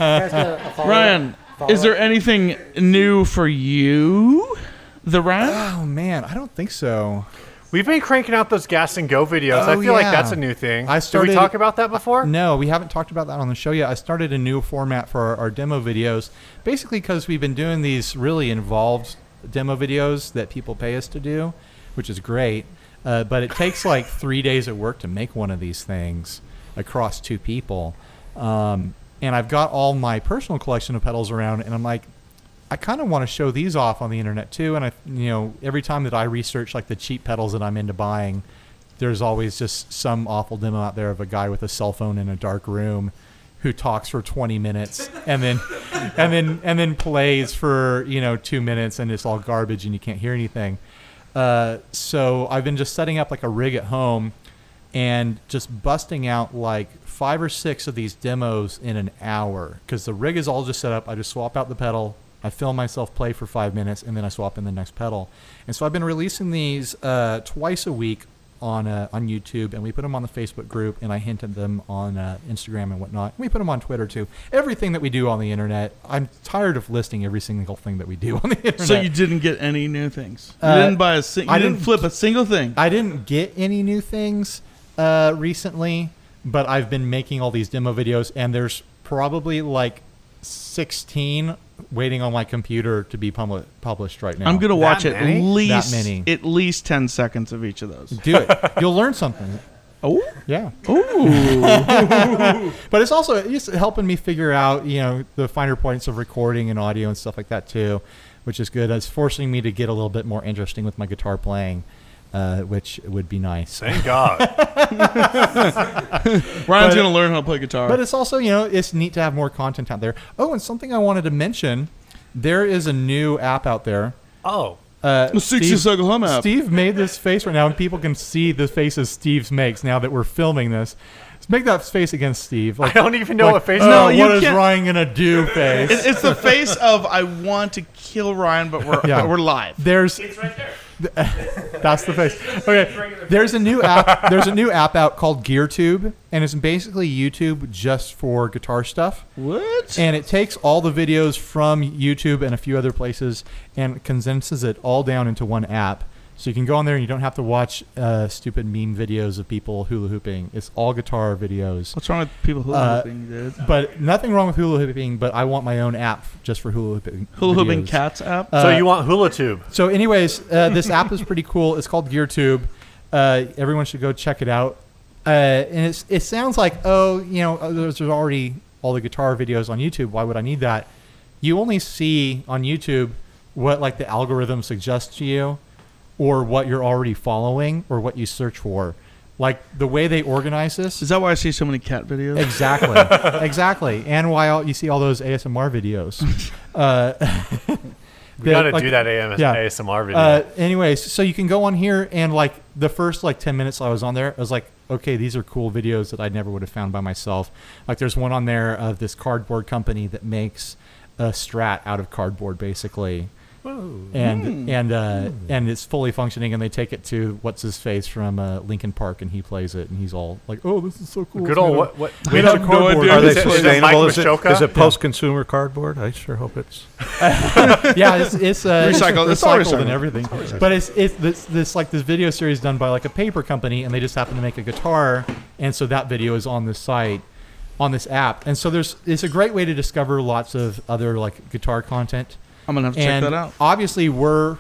Speaker 3: Ryan, is there anything new for you? The Ryan?
Speaker 2: Oh man, I don't think so.
Speaker 4: We've been cranking out those gas and go videos. I
Speaker 2: Oh,
Speaker 4: feel like
Speaker 2: yeah.
Speaker 4: that's a new thing.
Speaker 2: I
Speaker 4: Did
Speaker 2: started-
Speaker 4: we talk about that before?
Speaker 2: No, we haven't talked about that on the show yet. I started a new format for our, our demo videos, basically because we've been doing these really involved demo videos that people pay us to do, which is great. Uh, but it takes like three days of work to make one of these things across two people. Um, and I've got all my personal collection of pedals around, and I'm like, I kind of want to show these off on the internet too. And I, you know, every time that I research like the cheap pedals that I'm into buying, there's always just some awful demo out there of a guy with a cell phone in a dark room who talks for 20 minutes and then and then and then plays for you know two minutes and it's all garbage and you can't hear anything uh, so i've been just setting up like a rig at home and just busting out like five or six of these demos in an hour because the rig is all just set up. I just swap out the pedal, I film myself play for five minutes, and then I swap in the next pedal. And so I've been releasing these uh, twice a week on uh, on YouTube, and we put them on the Facebook group, and I hint at them on uh, Instagram and whatnot. We put them on Twitter too. Everything that we do on the internet, I'm tired of listing every single thing that we do on the internet.
Speaker 3: So you didn't get any new things. You
Speaker 2: Uh,
Speaker 3: didn't buy a sing- you
Speaker 2: I
Speaker 3: didn't
Speaker 2: didn't-
Speaker 3: flip a single thing.
Speaker 2: I didn't get any new things uh, recently, but I've been making all these demo videos, and there's probably like 16 waiting on my computer to be pub- published right now.
Speaker 3: I'm gonna watch at
Speaker 4: many?
Speaker 3: least
Speaker 2: That many.
Speaker 3: at least ten seconds of each of those.
Speaker 2: do it. You'll learn something.
Speaker 3: Oh,
Speaker 2: Yeah,
Speaker 3: ooh!
Speaker 2: but it's also it's helping me figure out you know the finer points of recording and audio and stuff like that too, which is good. It's forcing me to get a little bit more interesting with my guitar playing, uh, which would be nice.
Speaker 4: Thank God.
Speaker 2: But-
Speaker 3: Ryan's gonna learn how to play guitar.
Speaker 2: But it's also, you know, it's neat to have more content out there. Oh, and something I wanted to mention there is a new app out there.
Speaker 4: oh.
Speaker 2: Uh,
Speaker 3: The 60 Cycle Hum app.
Speaker 2: Steve made this face right now, and people can see the faces Steve makes now that we're filming this. Let's make that face again, Steve.
Speaker 4: I
Speaker 2: Like,
Speaker 4: don't even know
Speaker 2: like,
Speaker 4: what face
Speaker 2: "Oh,
Speaker 3: No, you
Speaker 2: what is
Speaker 3: can't-
Speaker 2: Ryan gonna do? Face.
Speaker 3: It- it's the face of I want to kill Ryan, but we're
Speaker 2: Yeah.
Speaker 3: but we're live.
Speaker 2: There's
Speaker 7: It's right there.
Speaker 2: That's the face. Okay. There's a new app. There's a new app out called GearTube, and it's basically YouTube just for guitar stuff.
Speaker 3: What?
Speaker 2: And it takes all the videos from YouTube and a few other places and condenses it all down into one app. So you can go on there and you don't have to watch uh, stupid meme videos of people hula hooping. It's all guitar videos.
Speaker 3: What's wrong with people who
Speaker 2: Uh,
Speaker 3: hooping, dude?
Speaker 2: But nothing wrong with hula hooping, but I want my own app just for hula hooping.
Speaker 3: Hula hooping
Speaker 2: videos.
Speaker 3: cats app.
Speaker 4: so you want Hula Tube?
Speaker 2: So, anyways, uh, this app is pretty cool. It's called GearTube. Uh, everyone should go check it out. Uh, and it's, it sounds like, oh, you know, oh, there's there's already all the guitar videos on YouTube. Why would I need that? You only see on YouTube what like the algorithm suggests to you, or what you're already following, or what you search for. Like the way they organize this
Speaker 3: Is that why I see so many cat videos?
Speaker 2: Exactly. exactly. And why all, you see all those ASMR videos. Uh,
Speaker 4: We gotta do that AM-
Speaker 2: yeah.
Speaker 4: ASMR video.
Speaker 2: Uh, anyways, so you can go on here and like the first like 10 minutes I was on there, I was like, okay, these are cool videos that I never would have found by myself. Like there's one on there of this cardboard company that makes a strat out of cardboard basically. And and uh, and it's fully functioning, and they take it to what's his face from uh, Lincoln Park, and he plays it, and he's all like, "Oh, this is so cool!"
Speaker 4: Good
Speaker 2: It's
Speaker 4: old
Speaker 2: made
Speaker 4: what?
Speaker 2: of-
Speaker 4: what
Speaker 2: made out of
Speaker 3: have no
Speaker 2: cardboard."
Speaker 3: idea.
Speaker 4: Is
Speaker 5: Are they
Speaker 4: it- is it
Speaker 5: sustainable?
Speaker 4: Mike
Speaker 5: Is it,
Speaker 4: Machoka?
Speaker 5: is it post-consumer cardboard? I sure hope it's.
Speaker 2: yeah, it's, it's uh,
Speaker 3: Recycle-
Speaker 2: it's
Speaker 3: it's all
Speaker 2: recycled
Speaker 3: recycled.
Speaker 2: and everything. But it's it's this, this like this video series done by like a paper company, and they just happen to make a guitar, and so that video is on the site. on this app. And so there's it's a great way to discover lots of other like guitar content.
Speaker 3: I'm gonna have to check
Speaker 2: and
Speaker 3: that out.
Speaker 2: obviously we're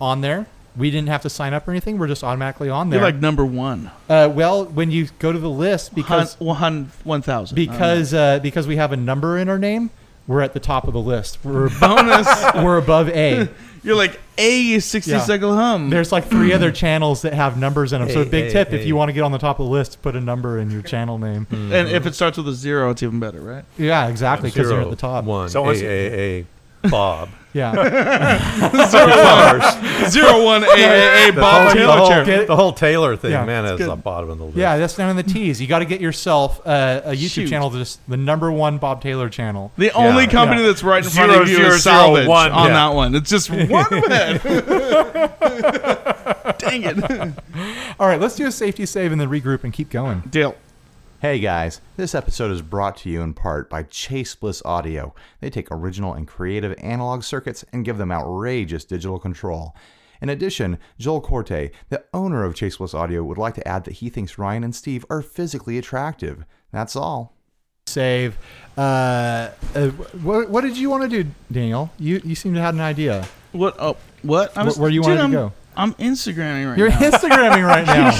Speaker 2: on there. We didn't have to sign up or anything. We're just automatically on there.
Speaker 3: You're like number one.
Speaker 2: uh, well, when you go to the list because
Speaker 3: Because one hun- one thousand.
Speaker 2: because uh, because we have a number in our name, we're at the top of the list. We're
Speaker 3: bonus.
Speaker 2: we're above A.
Speaker 3: You're like a sixty
Speaker 2: Yeah.
Speaker 3: second hum.
Speaker 2: There's like three other
Speaker 6: Mm.
Speaker 2: channels that have numbers in them. so
Speaker 5: Hey,
Speaker 2: big
Speaker 5: hey,
Speaker 2: tip if
Speaker 5: hey.
Speaker 2: you want to get on the top of the list, put a number in your channel name.
Speaker 6: Mm.
Speaker 3: and if it starts with a zero, it's even better, right?
Speaker 2: Yeah, exactly, because you're at
Speaker 5: Zero,
Speaker 2: the top.
Speaker 5: One.
Speaker 4: So what's-
Speaker 5: A A A. Bob.
Speaker 2: Yeah,
Speaker 3: Zero one a a a Bob
Speaker 5: the,
Speaker 3: Taylor
Speaker 5: whole,
Speaker 3: chair.
Speaker 2: chair.
Speaker 5: the whole Taylor thing,
Speaker 2: Yeah,
Speaker 5: man,
Speaker 2: it's
Speaker 5: is
Speaker 2: good.
Speaker 5: the bottom of the list.
Speaker 2: yeah, that's down in the T's. You got to get yourself uh, a YouTube
Speaker 3: Shoot.
Speaker 2: channel, that's the number one Bob Taylor channel.
Speaker 3: The only
Speaker 5: Yeah.
Speaker 3: company that's right in front
Speaker 4: Zero,
Speaker 3: of you
Speaker 4: zero,
Speaker 3: is Salvage
Speaker 4: zero, one.
Speaker 3: on
Speaker 4: Yeah.
Speaker 3: that one. It's just one man. Dang it,
Speaker 2: All right, let's do a safety save and then regroup and keep going.
Speaker 3: Dale.
Speaker 6: Hey guys, this episode is brought to you in part by Chase Bliss Audio. They take original and creative analog circuits and give them outrageous digital control. In addition, Joel Corte, the owner of Chase Bliss Audio, would like to add that he thinks Ryan and Steve are physically attractive. That's all.
Speaker 2: Save. Uh, uh, what, what did you want to do, Daniel? You you seem to have an idea.
Speaker 3: What? Oh, what? I
Speaker 2: Wh- where you
Speaker 3: dude,
Speaker 2: wanted to
Speaker 3: I'm-
Speaker 2: go?
Speaker 3: I'm Instagramming right
Speaker 2: You're
Speaker 3: now.
Speaker 2: Instagramming right now.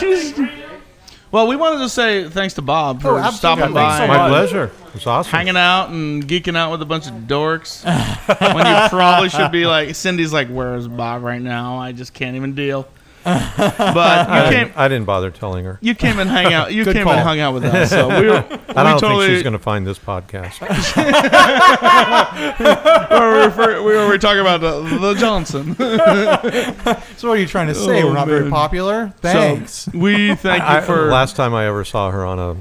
Speaker 3: well, we wanted to say thanks to Bob for
Speaker 2: Oh, absolutely. Thanks
Speaker 3: stopping by,
Speaker 2: so
Speaker 3: and
Speaker 2: much.
Speaker 5: My pleasure. It's awesome.
Speaker 3: hanging out, and geeking out with a bunch of dorks. when you probably should be like, Cindy's like, "Where's Bob right now? I just can't even deal." But
Speaker 5: I
Speaker 3: you
Speaker 5: didn't,
Speaker 3: came,
Speaker 5: I didn't bother telling her.
Speaker 3: you came and hang out. You
Speaker 2: Good
Speaker 3: came
Speaker 2: call.
Speaker 3: and hung out with us. So we were,
Speaker 5: I
Speaker 3: we
Speaker 5: don't
Speaker 3: totally,
Speaker 5: think she's going to find this podcast.
Speaker 3: we were, refer- we were talking about the, the Johnson.
Speaker 2: so what are you trying to say?
Speaker 3: Oh,
Speaker 2: We're not very
Speaker 3: man.
Speaker 2: popular. Thanks.
Speaker 3: So we thank you
Speaker 5: I,
Speaker 3: for
Speaker 5: last time I ever saw her on a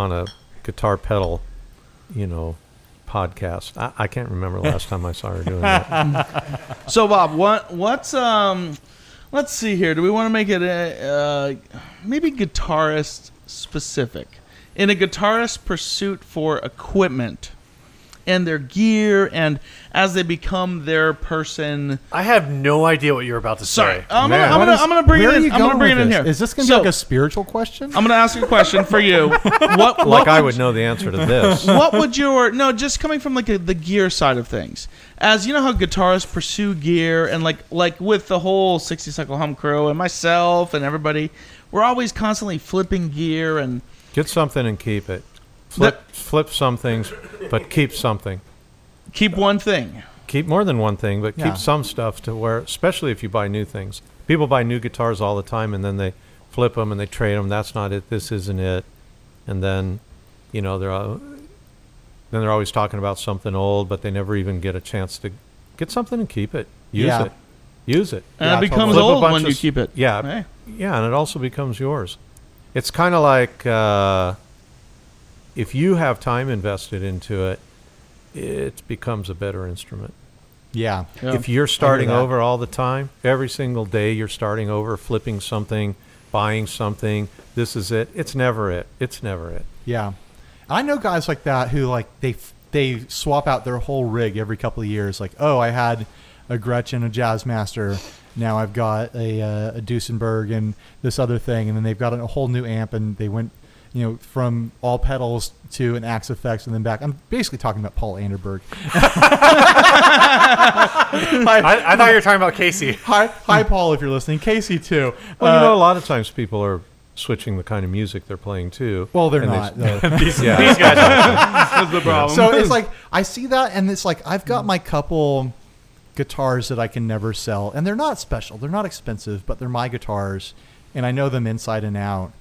Speaker 5: on a guitar pedal, you know, podcast. I, I can't remember the last time I saw her doing that.
Speaker 3: So Bob, what what's um let's see here. Do we want to make it a, uh maybe guitarist specific? In a guitarist pursuit for equipment and their gear and as they become their person
Speaker 4: I have no idea what you're about to
Speaker 3: Sorry.
Speaker 4: say.
Speaker 3: I'm
Speaker 5: Man.
Speaker 3: gonna I'm
Speaker 2: What
Speaker 3: gonna,
Speaker 2: is-
Speaker 3: I'm gonna bring
Speaker 2: where
Speaker 3: it
Speaker 2: are
Speaker 3: in.
Speaker 2: you
Speaker 3: I'm gonna
Speaker 2: going
Speaker 3: bring it
Speaker 2: with
Speaker 3: in
Speaker 2: this?
Speaker 3: here.
Speaker 2: Is this going to
Speaker 3: So,
Speaker 2: be like a spiritual question?
Speaker 3: I'm gonna ask you a question for you. What
Speaker 5: Like I would know the answer to this.
Speaker 3: what would your no just coming from like a, the gear side of things as you know how guitarists pursue gear and like like with the whole 60 cycle hum crew and myself and everybody we're always constantly flipping gear and
Speaker 5: Get something and keep it. Flip flip some things, but keep something.
Speaker 3: keep one thing
Speaker 5: Keep more than one thing, but keep
Speaker 2: Yeah.
Speaker 5: some stuff to where, especially if you buy new things. People buy new guitars all the time, and then they flip them and they trade them. That's not it. This isn't it. And then, you know, they're all, then they're always talking about something old, but they never even get a chance to get something and keep it. Use
Speaker 2: Yeah.
Speaker 5: it. Use it.
Speaker 3: and
Speaker 2: Yeah,
Speaker 3: it becomes
Speaker 5: Flip a
Speaker 3: old
Speaker 5: bunch
Speaker 3: when
Speaker 5: of
Speaker 3: you
Speaker 5: s-
Speaker 3: keep it
Speaker 5: Yeah,
Speaker 3: Right?
Speaker 5: yeah, and it also becomes yours. It's kind of like uh, if you have time invested into it, it becomes a better instrument.
Speaker 2: yeah.
Speaker 3: Yeah.
Speaker 5: If you're starting
Speaker 2: that.
Speaker 5: over all the time, every single day you're starting over, flipping something, buying something, this is it. It's never it. It's never it.
Speaker 2: Yeah, I know guys like that who like they f- they swap out their whole rig every couple of years. Like, oh, I had a Gretchen, a Jazzmaster. Now I've got a uh, a Duesenberg and this other thing, and then they've got a whole new amp, and they went you know from all pedals to an Axe Effects and then back. I'm basically talking about Paul Anderberg.
Speaker 4: I, I thought you were talking about Casey.
Speaker 2: Hi, hi, Paul, if you're listening, Casey too.
Speaker 5: Well, you
Speaker 2: Uh,
Speaker 5: know, a lot of times people are switching the kind of music they're playing too.
Speaker 2: well, they're
Speaker 5: and they-
Speaker 2: not. though.
Speaker 4: These,
Speaker 5: Yeah.
Speaker 4: these guys.
Speaker 3: that's the problem
Speaker 2: So it's like I see that, and it's like I've got my couple guitars that I can never sell, and they're not special, they're not expensive, but they're my guitars, and I know them inside and out.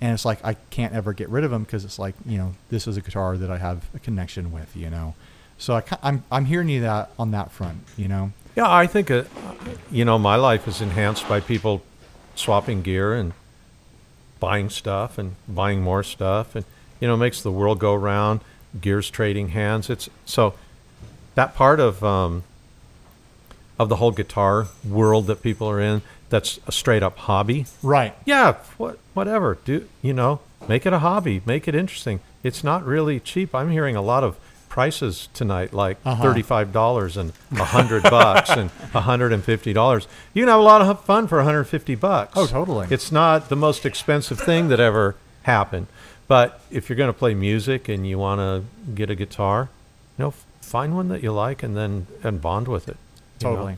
Speaker 2: And it's like I can't ever get rid of them because it's like you know this is a guitar that I have a connection with, you know. So I, ki- I'm I'm hearing you that on that front, you know.
Speaker 5: Yeah, I think uh, you know my life is enhanced by people swapping gear and buying stuff and buying more stuff, and you know makes the world go round. Gears trading hands. It's so that part of um, of the whole guitar world that people are in. That's a straight up hobby.
Speaker 2: Right.
Speaker 5: Yeah, what, whatever. Do you know? Make it a hobby. Make it interesting. It's not really cheap. I'm hearing a lot of prices tonight, like
Speaker 2: Uh-huh.
Speaker 5: thirty-five dollars and a hundred bucks and a hundred and fifty dollars. You can have a lot of fun for a hundred fifty bucks.
Speaker 2: Oh, totally.
Speaker 5: It's not the most expensive thing that ever happened, But if you're going to play music and you want to get a guitar, you know, f- find one that you like and then and bond with it. you know?
Speaker 2: Totally.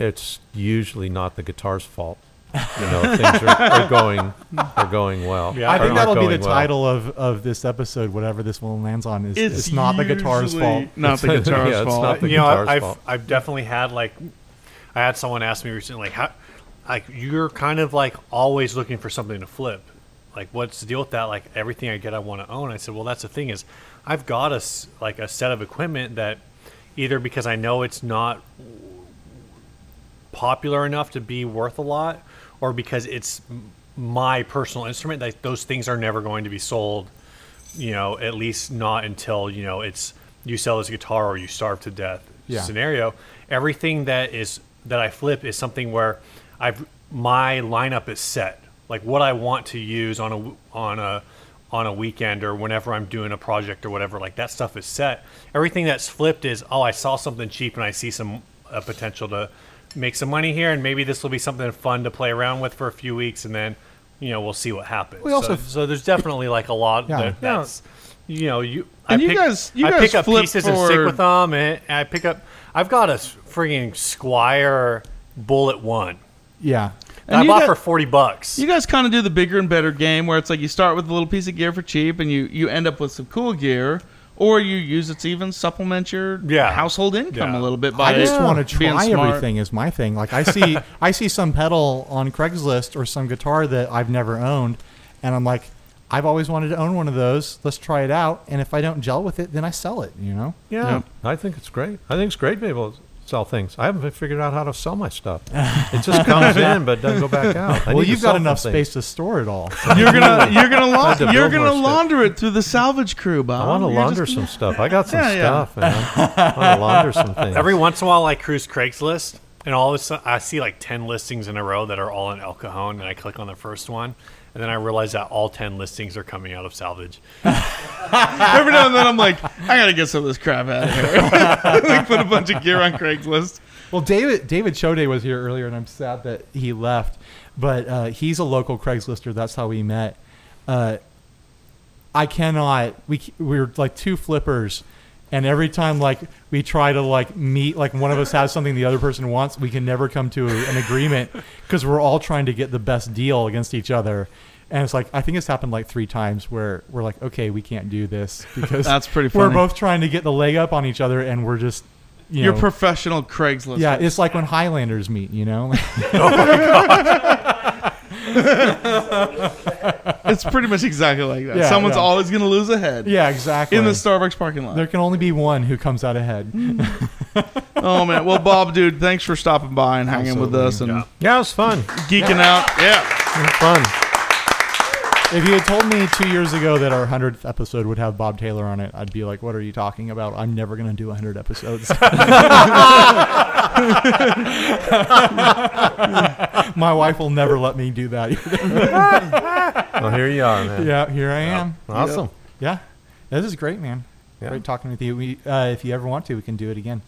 Speaker 5: It's usually not the guitar's fault. You know, things are, are going are going well.
Speaker 4: Yeah,
Speaker 2: I
Speaker 5: are
Speaker 2: think
Speaker 5: not
Speaker 2: that'll be the
Speaker 5: going well.
Speaker 2: title of, of this episode, whatever this one lands on, is it's, not the guitar's
Speaker 3: usually
Speaker 2: fault.
Speaker 3: Not the
Speaker 5: It's- yeah,
Speaker 3: guitar's
Speaker 5: it's
Speaker 3: fault.
Speaker 5: not the-
Speaker 4: you know,
Speaker 5: guitar's
Speaker 4: I- I've
Speaker 5: fault.
Speaker 4: I've definitely had like, I had someone ask me recently, like, how, like you're kind of like always looking for something to flip. Like, what's the deal with that? Like, everything I get, I want to own. I said, well, that's the thing is, I've got a s- like a set of equipment that either because I know it's not popular enough to be worth a lot, or because it's m- my personal instrument that those things are never going to be sold you know, at least not until, you know, it's you sell this guitar or you starve to death
Speaker 2: Yeah.
Speaker 4: scenario. Everything that is that I flip is something where I've my lineup is set. Like what I want to use on a on a on a weekend or whenever I'm doing a project or whatever, like that stuff is set. Everything that's flipped is, oh, I saw something cheap and I see some uh, potential to make some money here, and maybe this will be something fun to play around with for a few weeks, and then you know we'll see what happens.
Speaker 2: We also
Speaker 4: so, so there's definitely like a lot
Speaker 2: Yeah.
Speaker 4: that, that's you know you
Speaker 3: And
Speaker 4: I
Speaker 3: you
Speaker 4: pick,
Speaker 3: guys- you
Speaker 4: I
Speaker 3: guys
Speaker 4: pick up
Speaker 3: flip
Speaker 4: pieces and stick
Speaker 3: for-
Speaker 4: with them, and, and I pick up. I've got a s- friggin' Squire Bullet One
Speaker 2: Yeah.
Speaker 4: that
Speaker 3: And
Speaker 4: I
Speaker 3: you
Speaker 4: bought
Speaker 3: got-
Speaker 4: for forty bucks.
Speaker 3: You guys kind of do the bigger and better game where it's like you start with a little piece of gear for cheap and you, you end up with some cool gear, or you use it to even supplement your
Speaker 4: Yeah.
Speaker 3: household income
Speaker 4: Yeah.
Speaker 3: a little bit by
Speaker 2: I just want to
Speaker 3: being
Speaker 2: try
Speaker 3: smart.
Speaker 2: everything is my thing. Like I see I see some pedal on Craigslist or some guitar that I've never owned and I'm like I've always wanted to own one of those. Let's try it out and if I don't gel with it then I sell it, you know?
Speaker 3: Yeah.
Speaker 5: I think it's great. I think it's great to be able to sell things. I haven't figured out how to sell my stuff. It just comes in but doesn't go back out. I
Speaker 2: well,
Speaker 5: need to
Speaker 2: you've got
Speaker 5: sell
Speaker 2: enough
Speaker 5: something.
Speaker 2: space to store it all.
Speaker 3: You're gonna you're gonna
Speaker 5: I had to
Speaker 3: laun- you're
Speaker 5: build more
Speaker 3: gonna
Speaker 5: stuff.
Speaker 3: launder it through the salvage crew, Bob.
Speaker 5: I want to
Speaker 3: You're
Speaker 5: launder
Speaker 3: just-
Speaker 5: some stuff. I got some
Speaker 3: Yeah, yeah.
Speaker 5: stuff. Man. I want to launder some things.
Speaker 4: Every once in a while, I cruise Craigslist, and all of a sudden, I see like ten listings in a row that are all in El Cajon, and I click on the first one, and then I realize that all ten listings are coming out of salvage.
Speaker 3: Every now and then, I'm like, I gotta get some of this crap out of here. like put a bunch of gear on Craigslist.
Speaker 2: Well, David David Chode was here earlier, and I'm sad that he left. But uh, he's a local Craigslister. That's how we met. Uh, I cannot. We c- we were like two flippers, and every time like we try to like meet, like one of us has something the other person wants, we can never come to an agreement because we're all trying to get the best deal against each other. And it's like I think it's happened like three times where we're like, okay, we can't do this because
Speaker 3: That's pretty
Speaker 2: We're
Speaker 3: funny.
Speaker 2: both trying to get the leg up on each other, and we're just you
Speaker 3: You're
Speaker 2: know,
Speaker 3: professional Craigslist.
Speaker 2: yeah, it's like when Highlanders meet, you know?
Speaker 3: it's pretty much exactly like that.
Speaker 2: Yeah,
Speaker 3: Someone's
Speaker 2: yeah.
Speaker 3: always gonna lose a head.
Speaker 2: yeah, exactly.
Speaker 3: In the Starbucks parking lot.
Speaker 2: there can only be one who comes out ahead.
Speaker 3: Oh man. Well, Bob, dude, thanks for stopping by and hanging with us and
Speaker 4: Yeah.
Speaker 5: yeah, it was fun. It
Speaker 3: geeking out. Yeah.
Speaker 5: was fun.
Speaker 2: If you had told me two years ago that our 100th episode would have Bob Taylor on it, I'd be like, what are you talking about? I'm never going to do 100 episodes. My wife will never let me do that. either.
Speaker 5: Well, here you are, man.
Speaker 2: yeah, here I am.
Speaker 5: Awesome.
Speaker 2: Yeah. This is great, man.
Speaker 5: Yeah.
Speaker 2: Great talking with you. We, uh, if you ever want to, we can do it again.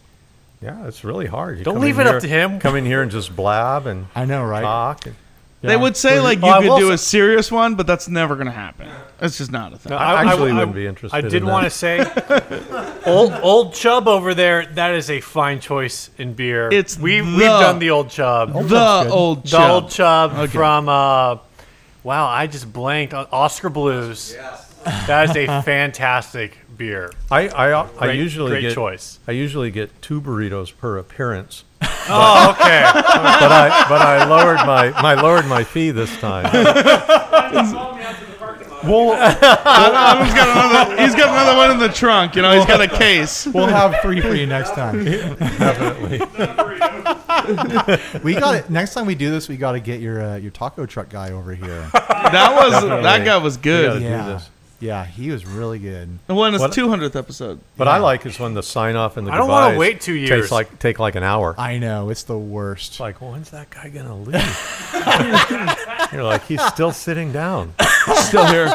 Speaker 5: Yeah, it's really hard. You
Speaker 4: Don't
Speaker 5: come
Speaker 4: leave
Speaker 5: in
Speaker 4: it up
Speaker 5: here-
Speaker 4: to him.
Speaker 5: Come in here and just blab and
Speaker 2: I know, right?
Speaker 5: talk. And,
Speaker 3: They
Speaker 2: Yeah.
Speaker 3: would say like you
Speaker 4: Well, I
Speaker 3: could
Speaker 4: will
Speaker 3: do
Speaker 4: say-
Speaker 3: a serious one, but that's never gonna happen. That's just not a thing.
Speaker 5: I actually wouldn't be interested
Speaker 4: I
Speaker 5: in
Speaker 4: did want to
Speaker 5: that.
Speaker 4: say, old old Chubb over there. That is a fine choice in beer.
Speaker 3: It's
Speaker 4: we
Speaker 3: the-
Speaker 4: we've
Speaker 5: Oh.
Speaker 4: done the old Chubb,
Speaker 3: the old
Speaker 4: the
Speaker 3: chub.
Speaker 4: old Chubb from. Uh, wow, I just blanked. O- Oscar Blues. That is a fantastic beer.
Speaker 5: I I, I
Speaker 4: Great-
Speaker 5: usually
Speaker 4: great
Speaker 5: get
Speaker 4: choice.
Speaker 5: I usually get two burritos per appearance,
Speaker 4: Oh, okay.
Speaker 5: but I but I lowered my my lowered my fee this time.
Speaker 7: Call me out to the parking lot.
Speaker 3: He's got another. He's got another one in the trunk. You know, he's got a case.
Speaker 2: We'll have three for you next time. we got it. Next time we do this, we got to get your uh, your taco truck guy over here.
Speaker 3: That was that
Speaker 5: Definitely.
Speaker 3: guy was good.
Speaker 5: Yeah.
Speaker 2: yeah,
Speaker 5: this.
Speaker 2: yeah, he was really good.
Speaker 3: When it's
Speaker 5: What-
Speaker 3: two hundredth episode.
Speaker 5: But I like is when the sign off and the
Speaker 4: I don't wanna
Speaker 5: goodbyes
Speaker 4: wait two
Speaker 5: Takes
Speaker 4: years.
Speaker 5: like take like an hour.
Speaker 2: I know it's the worst.
Speaker 5: It's like when's that guy gonna leave? You're like he's still sitting down.
Speaker 3: Still here.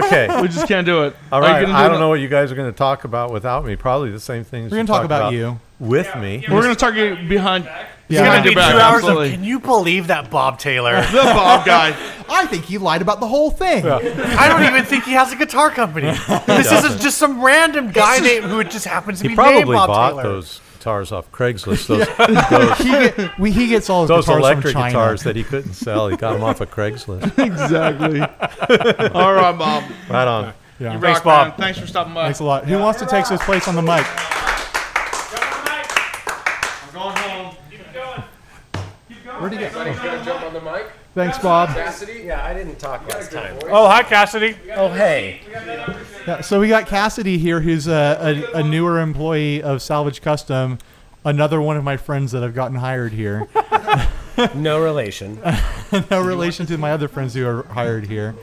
Speaker 5: Okay.
Speaker 3: We just can't do it.
Speaker 5: All
Speaker 3: Are you
Speaker 5: right.
Speaker 3: gonna
Speaker 5: I
Speaker 3: do
Speaker 5: don't
Speaker 3: it-
Speaker 5: know what you guys are going to talk about without me. Probably the same things.
Speaker 2: We're
Speaker 5: you
Speaker 2: gonna talk about
Speaker 5: talked
Speaker 2: you.
Speaker 5: with me.
Speaker 3: We're gonna talk behind.
Speaker 9: It's
Speaker 10: Yeah.
Speaker 9: gonna be two
Speaker 10: Back,
Speaker 9: hours
Speaker 10: absolutely.
Speaker 9: of. Can you believe that Bob Taylor?
Speaker 10: The Bob guy.
Speaker 11: I think he lied about the whole thing.
Speaker 9: I don't even think he has a guitar company. This isn't just some random guy named who just happens to
Speaker 5: He
Speaker 9: be
Speaker 5: probably
Speaker 9: named Bob
Speaker 5: bought
Speaker 9: Taylor.
Speaker 5: those guitars off Craigslist. Those, those,
Speaker 2: he, get, we, he gets all his
Speaker 5: those
Speaker 2: guitars
Speaker 5: electric
Speaker 2: from China.
Speaker 5: guitars that he couldn't sell. He got them off of Craigslist.
Speaker 10: Exactly. All right, Bob.
Speaker 5: Right on.
Speaker 10: You
Speaker 2: Yeah.
Speaker 9: Thanks,
Speaker 10: rock, man.
Speaker 9: Bob.
Speaker 10: Thanks for stopping by.
Speaker 2: Thanks a lot. Who wants to take his place on the mic?
Speaker 7: I'm going home. Keep going. Keep going. Where'd he go?
Speaker 8: Somebody's gonna jump on the mic.
Speaker 2: Thanks, Bob.
Speaker 8: Cassidy.
Speaker 4: Yeah, I didn't talk last time.
Speaker 9: Oh, hi, Cassidy.
Speaker 4: Oh, hey.
Speaker 2: Yeah, so we got Cassidy here, who's a, a, a newer employee of Salvage Custom, another one of my friends that I've gotten hired here.
Speaker 4: No relation.
Speaker 2: no relation to my other friends who are hired here.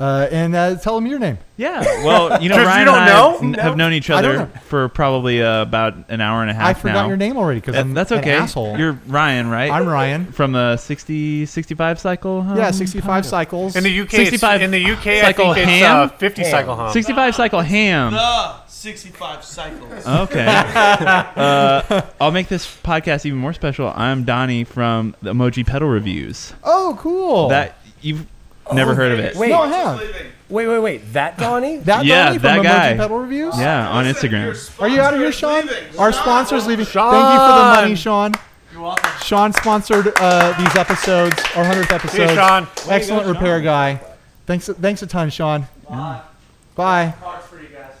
Speaker 2: Uh, and uh, tell them your name.
Speaker 3: Yeah. Well, you know,
Speaker 9: 'Cause you
Speaker 3: Ryan
Speaker 9: don't
Speaker 3: and I
Speaker 9: know?
Speaker 3: have, n- have known each
Speaker 2: I don't
Speaker 3: other for probably uh, about an hour and a half
Speaker 2: I forgot
Speaker 3: now.
Speaker 2: your name already because
Speaker 3: Uh,
Speaker 2: I'm
Speaker 3: That's
Speaker 2: an
Speaker 3: okay.
Speaker 2: asshole.
Speaker 3: You're Ryan, right?
Speaker 2: I'm Ryan.
Speaker 3: From the 60, 65 cycle. huh?
Speaker 2: Yeah, 65 cycles.
Speaker 9: In the UK, it's,
Speaker 3: 65
Speaker 9: in the UK, I
Speaker 3: cycle
Speaker 9: think it's
Speaker 3: ham?
Speaker 9: uh, 50 cycle hum.
Speaker 3: 65 cycle ham.
Speaker 10: Uh, 65 cycles.
Speaker 3: Okay. uh, I'll make this podcast even more special. I'm Donnie from the Emoji Pedal Reviews.
Speaker 2: oh, cool.
Speaker 3: That you've never heard of it.
Speaker 4: Wait,
Speaker 2: no, I have.
Speaker 4: wait, wait, wait. That Donnie?
Speaker 2: That
Speaker 3: Yeah,
Speaker 2: Donnie from
Speaker 3: that
Speaker 2: Emoji
Speaker 3: guy.
Speaker 2: Pedal Reviews?
Speaker 3: Yeah, on Instagram.
Speaker 2: Are you out of here, Sean? Our sponsor's leaving. Thank you for the money, Sean.
Speaker 10: You're welcome.
Speaker 2: Sean sponsored uh, these episodes, our 100th episode.
Speaker 9: See you, Sean.
Speaker 2: Excellent repair guy. Thanks, thanks a ton, Sean. Bye.
Speaker 7: Cards for you guys.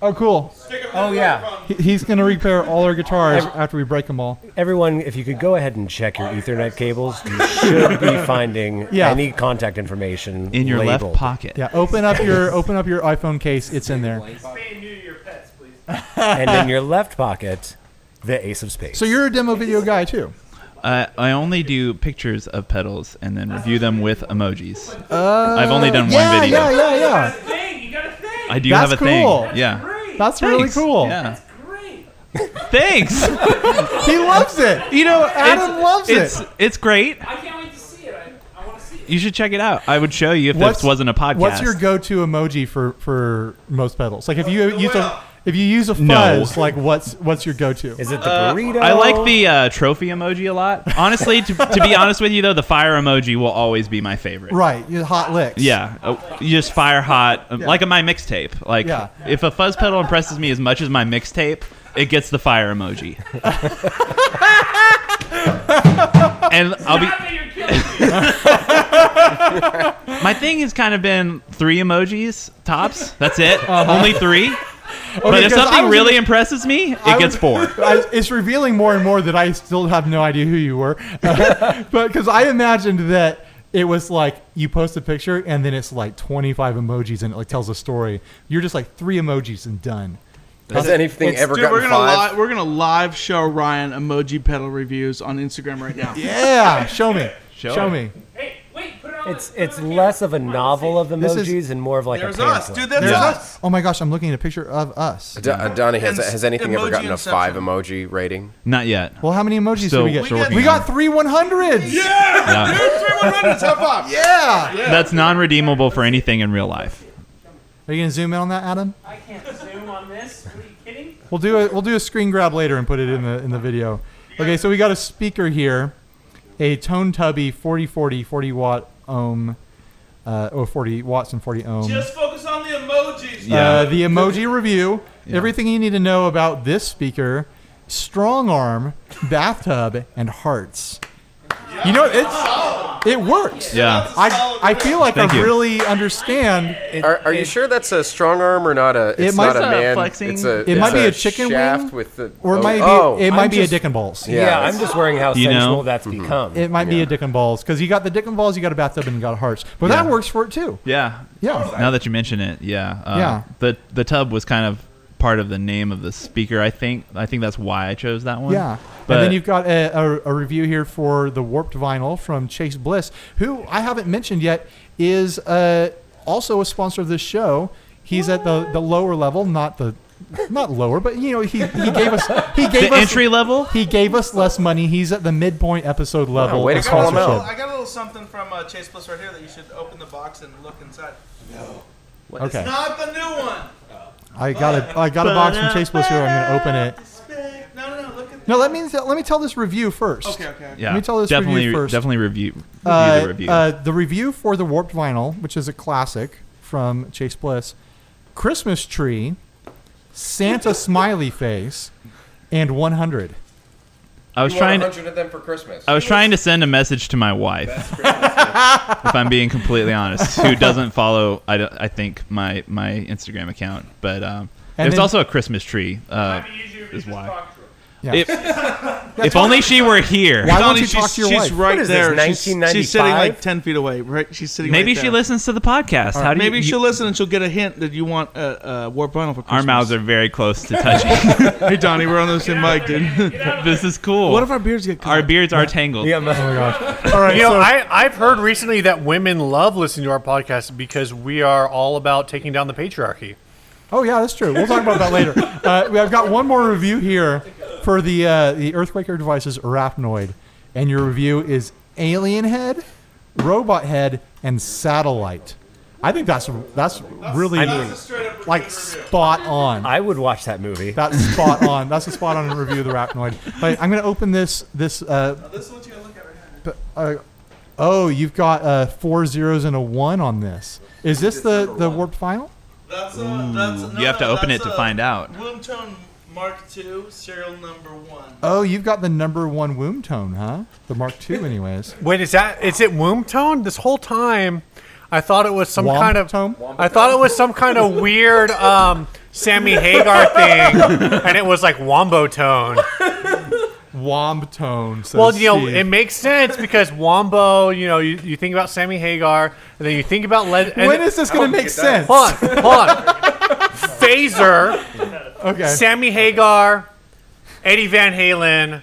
Speaker 2: Oh, cool.
Speaker 7: Stick them in
Speaker 4: Oh,
Speaker 7: the
Speaker 4: yeah.
Speaker 7: microphone.
Speaker 2: He- He's going to repair all our guitars after we break them all.
Speaker 4: Everyone, if you could go ahead and check your Ethernet cables, you should be finding
Speaker 2: Yeah.
Speaker 4: any contact information
Speaker 3: In your
Speaker 4: labeled.
Speaker 3: left pocket.
Speaker 2: Yeah, open up your open up your iPhone case. It's in there.
Speaker 7: Spay and neuter your pets, please.
Speaker 4: and in your left pocket, the ace of spades.
Speaker 2: So you're a demo video guy too.
Speaker 3: Uh, I only do pictures of pedals and then review them with emojis. I've only done
Speaker 2: Oh, yeah,
Speaker 3: one video.
Speaker 2: yeah, yeah,
Speaker 7: A
Speaker 2: yeah.
Speaker 7: thing. You got a thing.
Speaker 3: I do
Speaker 2: That's
Speaker 3: have a thing.
Speaker 2: cool.
Speaker 3: Yeah.
Speaker 7: Great.
Speaker 2: That's really
Speaker 3: Thanks.
Speaker 2: cool.
Speaker 3: Yeah.
Speaker 7: Great.
Speaker 3: Thanks.
Speaker 2: He loves it.
Speaker 3: You know,
Speaker 2: Adam
Speaker 3: it's,
Speaker 2: loves it.
Speaker 3: it's, It's great.
Speaker 7: I can't wait to see it. I, I want to see it.
Speaker 3: You should check it out. I would show you if
Speaker 2: What's-
Speaker 3: this wasn't a podcast.
Speaker 2: What's your go-to emoji for for most pedals? Like if you use a if you use a
Speaker 3: No.
Speaker 2: fuzz, like what's what's your go-to?
Speaker 4: Is it the burrito?
Speaker 3: Uh, I like the uh, trophy emoji a lot. Honestly, to, to be honest with you, though, the fire emoji will always be my favorite.
Speaker 2: right, your hot licks.
Speaker 3: Yeah, uh, you just fire hot, um, like in my mixtape. Like,
Speaker 2: Yeah.
Speaker 3: if a fuzz pedal impresses me as much as my mixtape, it gets the fire emoji. and I'll be.
Speaker 7: Not that you're killing me.
Speaker 3: My thing has kind of been three emojis tops. That's it.
Speaker 10: Uh-huh.
Speaker 3: Only three. but if
Speaker 2: 'cause I
Speaker 3: something
Speaker 2: was
Speaker 3: really
Speaker 2: gonna-
Speaker 3: impresses me, it
Speaker 2: was-
Speaker 3: gets four.
Speaker 2: I, it's revealing more and more that I still have no idea who you were, but because I imagined that it was like you post a picture and then it's like 25 emojis and it like tells a story. You're just like three emojis and done.
Speaker 8: Has anything ever
Speaker 10: Dude, we're
Speaker 8: gotten
Speaker 10: gonna
Speaker 8: five?
Speaker 10: li- we're gonna live show Ryan emoji pedal reviews on Instagram right now.
Speaker 2: Yeah, show me, show,
Speaker 3: it.
Speaker 2: me.
Speaker 7: hey, wait. Put it on.
Speaker 4: It's
Speaker 7: the,
Speaker 4: it's less of a novel of
Speaker 2: is-
Speaker 4: emojis and more of like
Speaker 10: There's
Speaker 4: a pamphlet.
Speaker 10: us, dude. There's
Speaker 2: Yeah.
Speaker 10: us.
Speaker 2: Oh my gosh, I'm looking at a picture of us.
Speaker 8: Do- uh, Donnie, has,
Speaker 10: And-
Speaker 8: has anything ever
Speaker 10: emoji
Speaker 8: gotten a
Speaker 10: inception.
Speaker 8: five emoji rating?
Speaker 3: Not yet.
Speaker 2: Well, how many emojis
Speaker 3: Still-
Speaker 2: did we get?
Speaker 3: still working
Speaker 2: we
Speaker 3: on
Speaker 2: got three 100s. Yeah,
Speaker 3: Yeah.
Speaker 2: yeah.
Speaker 3: That's non redeemable for anything in real life.
Speaker 2: Are you gonna zoom in on that, Adam?
Speaker 7: I can't zoom on this. Are you kidding?
Speaker 2: We'll do a we'll do a screen grab later and put it in the in the video. Okay, so we got a speaker here, a Tone Tubby 4040 40 watt ohm, uh, or 40 watts and 40 ohm.
Speaker 7: Just focus on the emojis.
Speaker 2: Uh, the emoji review. Everything you need to know about this speaker: strong arm, bathtub, and hearts. You know it's it works.
Speaker 3: Yeah.
Speaker 2: I I feel like
Speaker 3: Thank
Speaker 2: I
Speaker 3: you.
Speaker 2: really understand.
Speaker 8: Are, are you sure that's a strong arm or not a? It's
Speaker 2: might-
Speaker 8: not a
Speaker 3: It's a
Speaker 8: man.
Speaker 3: flexing-
Speaker 8: It's a.
Speaker 2: It
Speaker 8: it's
Speaker 2: might be a chicken
Speaker 8: shaft
Speaker 2: wing,
Speaker 8: with the.
Speaker 2: Or it
Speaker 8: oh,
Speaker 2: might be
Speaker 8: oh.
Speaker 2: it might
Speaker 4: I'm
Speaker 2: be
Speaker 4: just-
Speaker 2: a dick and balls.
Speaker 4: Yeah,
Speaker 8: Yeah,
Speaker 4: I'm just worrying how
Speaker 3: You know?
Speaker 4: sensual that's become.
Speaker 2: It might be a dick and balls because you got the dick and balls, you got a bathtub, and you got hearts. But that works for it too.
Speaker 3: Yeah.
Speaker 2: Yeah.
Speaker 3: Now that you mention it, yeah. Uh,
Speaker 2: Yeah.
Speaker 3: The the tub was kind of part of the name of the speaker. I think I think that's why I chose that one.
Speaker 2: Yeah.
Speaker 3: But
Speaker 2: and then you've got a, a, a review here for the Warped Vinyl from Chase Bliss, who I haven't mentioned yet is uh, also a sponsor of this show. He's at the, the lower level, not the not lower, but you know he, he gave us he gave
Speaker 3: the
Speaker 2: us
Speaker 3: entry level.
Speaker 2: he gave us less money. He's at the midpoint episode level.
Speaker 8: way to
Speaker 2: of
Speaker 8: call him out.
Speaker 2: sponsorship.
Speaker 8: I
Speaker 10: got a little something from uh, Chase Bliss right here that you should open the box and look inside.
Speaker 2: Okay,
Speaker 10: Not the new one.
Speaker 2: I got a I got a box from Chase Bliss here. I'm going to open it.
Speaker 10: No, no, no. Look at
Speaker 6: No, let me let me tell this review first. Okay, okay.
Speaker 12: Yeah,
Speaker 6: Let me tell this
Speaker 12: definitely,
Speaker 6: review first.
Speaker 12: Definitely review, review
Speaker 6: Uh,
Speaker 12: the review.
Speaker 6: uh, the review for the Warped Vinyl, which is a classic from Chase Bliss, Christmas Tree, Santa Smiley Face, and 100.
Speaker 12: I was
Speaker 8: You want
Speaker 12: trying.
Speaker 8: 100 of them for Christmas.
Speaker 12: I was trying to send a message to my wife. if I'm being completely honest, who doesn't follow? I, don't- I think my my Instagram account, but um,
Speaker 6: And
Speaker 12: there's
Speaker 6: then-
Speaker 12: also a Christmas tree. Uh, is why.
Speaker 6: Yeah.
Speaker 12: If,
Speaker 6: That's
Speaker 12: if
Speaker 6: why-
Speaker 12: only she were here.
Speaker 6: Why won't
Speaker 3: Donnie,
Speaker 6: you talk
Speaker 3: she's-
Speaker 6: to your
Speaker 3: she's
Speaker 6: wife?
Speaker 3: right
Speaker 13: What is this,
Speaker 3: there. She's- She's, sitting
Speaker 13: 1995?
Speaker 3: like ten feet away. Right, she's sitting.
Speaker 12: Maybe
Speaker 3: right
Speaker 12: she
Speaker 3: there.
Speaker 12: listens to the podcast. How do you,
Speaker 3: Maybe
Speaker 12: you-
Speaker 3: she'll listen and she'll get a hint that you want
Speaker 10: uh,
Speaker 3: a, a warp vinyl for Christmas.
Speaker 12: Our mouths are very close to touching.
Speaker 3: hey Donnie, we're on the same mic, dude.
Speaker 12: this is cool.
Speaker 3: what if our beards get caught?
Speaker 12: our beards are tangled?
Speaker 13: Yeah, man. Oh my gosh.
Speaker 4: All right, you know, I, I've heard recently that women love listening to our podcast because we are all about taking down the patriarchy.
Speaker 6: Oh yeah, that's true. We'll talk about that later.
Speaker 2: Uh, we- I've got one more review here for the uh, the Earthquaker devices Arachnoid, and your review is Alien Head, Robot Head, and Satellite. I think that's that's really like spot on.
Speaker 13: I would watch that movie.
Speaker 2: That's spot on. That's a spot on review of the Arachnoid. But I'm gonna open this this. Uh, but, uh, oh, you've got uh, four zeros and a one on this. Is this the the warped final?
Speaker 7: That's a, that's a,
Speaker 12: You have to open it to find out.
Speaker 7: Womb tone Mark II, serial number one.
Speaker 2: Oh, you've got the number one womb tone, huh? The Mark II, anyways.
Speaker 4: Wait, is that is it womb tone? This whole time, I thought it was some
Speaker 2: Womp
Speaker 4: kind of
Speaker 2: tone?
Speaker 4: I thought it was some kind of weird um, Sammy Hagar thing, and it was like wombo tone.
Speaker 2: Womb tone. says
Speaker 4: Well, you know,
Speaker 2: Steve.
Speaker 4: it makes sense because wombo. You know, you, you think about Sammy Hagar, and then you think about Led. and-
Speaker 2: when is this going to make sense?
Speaker 4: Hold on, hold on. Phaser,
Speaker 2: Okay.
Speaker 4: Sammy Hagar, Eddie Van Halen.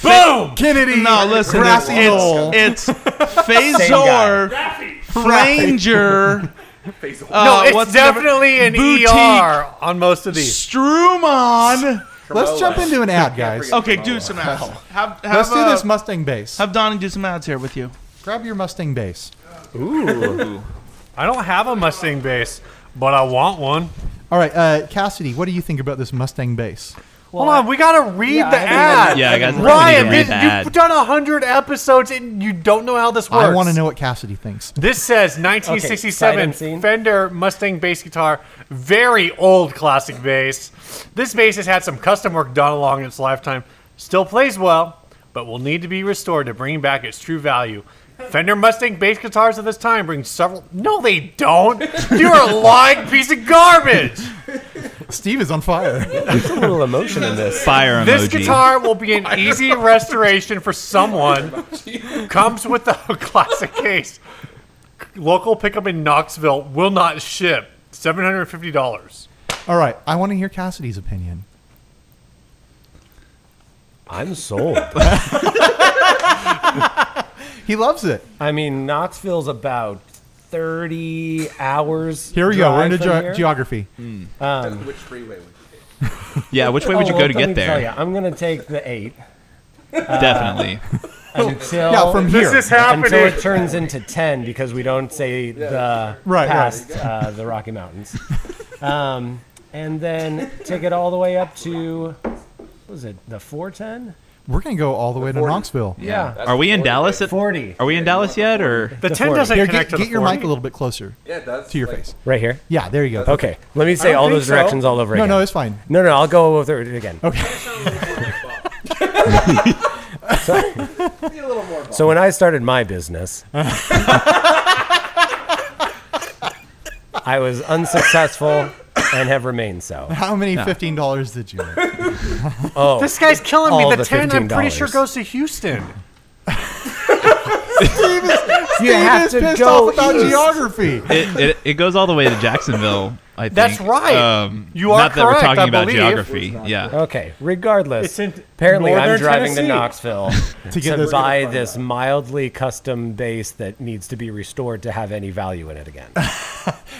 Speaker 3: boom.
Speaker 2: Kennedy.
Speaker 3: No, listen.
Speaker 2: Grassy knoll.
Speaker 3: it's, it's Phasor, Ranger,
Speaker 4: No,
Speaker 3: uh,
Speaker 4: it's
Speaker 3: what's the number-
Speaker 4: definitely an
Speaker 3: Boutique.
Speaker 4: ER on most of these.
Speaker 3: Strumon.
Speaker 2: Let's jump into an ad, guys.
Speaker 3: Okay, do some ads. Have, have,
Speaker 2: Let's do
Speaker 3: uh,
Speaker 2: this Mustang bass.
Speaker 3: Have Donnie do some ads here with you.
Speaker 2: Grab your Mustang bass.
Speaker 4: I don't have a Mustang bass, but I want one.
Speaker 2: All right, uh, Cassidy, what do you think about this Mustang bass?
Speaker 4: Hold on, we gotta read the ad.
Speaker 12: Yeah, I guys, we
Speaker 4: Ryan,
Speaker 12: need to read
Speaker 4: this-
Speaker 12: the
Speaker 4: you've
Speaker 12: ad.
Speaker 4: done a hundred episodes and you don't know how this works.
Speaker 2: I want to know what Cassidy thinks.
Speaker 4: This says
Speaker 13: sight
Speaker 4: 1967
Speaker 13: unseen.
Speaker 4: Fender Mustang bass guitar, very old classic bass. This bass has had some custom work done along its lifetime. Still plays well, but will need to be restored to bring back its true value. Fender Mustang bass guitars of this time bring several. No, they don't. You're a lying piece of garbage.
Speaker 2: Steve is on fire.
Speaker 13: There's a little emotion in this.
Speaker 12: Fire
Speaker 4: This
Speaker 12: emoji.
Speaker 4: guitar will be an easy restoration for someone. Comes with the classic case. Local pickup in Knoxville will not ship. Seven hundred fifty dollars.
Speaker 2: All right, I want to hear Cassidy's opinion.
Speaker 13: I'm sold.
Speaker 2: He loves it.
Speaker 13: I mean, Knoxville's about 30 hours.
Speaker 2: Here we go. We're into
Speaker 13: drive from
Speaker 2: ge-
Speaker 13: here.
Speaker 2: geography.
Speaker 8: Which freeway? would-
Speaker 12: Yeah, which way would you
Speaker 13: Oh,
Speaker 12: go
Speaker 13: well,
Speaker 12: to
Speaker 13: let me
Speaker 12: get
Speaker 13: tell
Speaker 12: there?
Speaker 13: ya, I'm going to take the 8
Speaker 12: Definitely.
Speaker 13: until,
Speaker 2: Yeah, from here.
Speaker 4: This is
Speaker 13: until
Speaker 4: happening.
Speaker 13: it turns into 10 because we don't say the
Speaker 2: Right, right.
Speaker 13: past uh, the Rocky Mountains. Um, and then take it all the way up to, what was it, the 410?
Speaker 2: We're going to go all the way to Knoxville.
Speaker 13: Yeah.
Speaker 12: Are we in Dallas? At,
Speaker 13: 40.
Speaker 12: are we in Dallas yet, or
Speaker 4: The ten
Speaker 13: forty.
Speaker 4: doesn't
Speaker 2: Here,
Speaker 4: connect
Speaker 2: get,
Speaker 4: to the
Speaker 2: get your
Speaker 4: 40.
Speaker 2: mic a little bit closer
Speaker 8: Yeah, that's
Speaker 2: to your
Speaker 8: like-
Speaker 2: face.
Speaker 13: Right here?
Speaker 2: Yeah, there you go.
Speaker 13: Okay. Let me say all
Speaker 8: think
Speaker 13: those directions all over
Speaker 2: No,
Speaker 13: again.
Speaker 2: no, it's fine.
Speaker 13: No, no, I'll go over it again. Okay. so, so when I started my business, I was unsuccessful and have remained so.
Speaker 2: How many $15 did you make?
Speaker 13: Oh,
Speaker 4: This guy's killing
Speaker 13: All
Speaker 4: me. The,
Speaker 13: the
Speaker 4: ten, I'm pretty
Speaker 13: $15.
Speaker 4: sure, goes to Houston.
Speaker 13: you have
Speaker 2: He's
Speaker 13: to
Speaker 2: pissed
Speaker 13: go.
Speaker 2: off about
Speaker 13: east.
Speaker 2: geography.
Speaker 12: it, it, it goes all the way to Jacksonville? I think Um,
Speaker 4: That's right. You are
Speaker 12: Not that we're
Speaker 4: correct,
Speaker 12: talking
Speaker 4: I
Speaker 12: about
Speaker 4: believe.
Speaker 12: geography. Yeah.
Speaker 13: Okay.
Speaker 4: It's
Speaker 13: Regardless,
Speaker 4: in
Speaker 13: apparently I'm
Speaker 4: northern
Speaker 13: driving
Speaker 4: Tennessee.
Speaker 13: to Knoxville to,
Speaker 2: get this-
Speaker 13: buy this mildly custom base that needs to be restored to have any value in it again.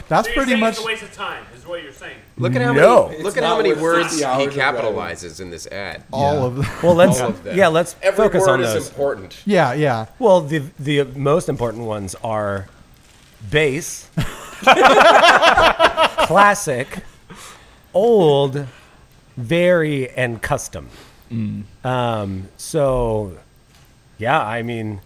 Speaker 2: That's pretty much.
Speaker 7: waste of time, is what you're saying.
Speaker 8: Look at how
Speaker 13: No.
Speaker 8: many, look at how many words he capitalizes in this ad.
Speaker 2: all of the,
Speaker 13: Well, let's
Speaker 8: of them.
Speaker 13: yeah, let's
Speaker 8: Every
Speaker 13: focus
Speaker 8: word
Speaker 13: on
Speaker 8: is
Speaker 13: those.
Speaker 8: important.
Speaker 2: yeah yeah
Speaker 13: Well, the the most important ones are bass, classic, old, very, and custom.
Speaker 4: Mm.
Speaker 13: Um, so, yeah, I mean,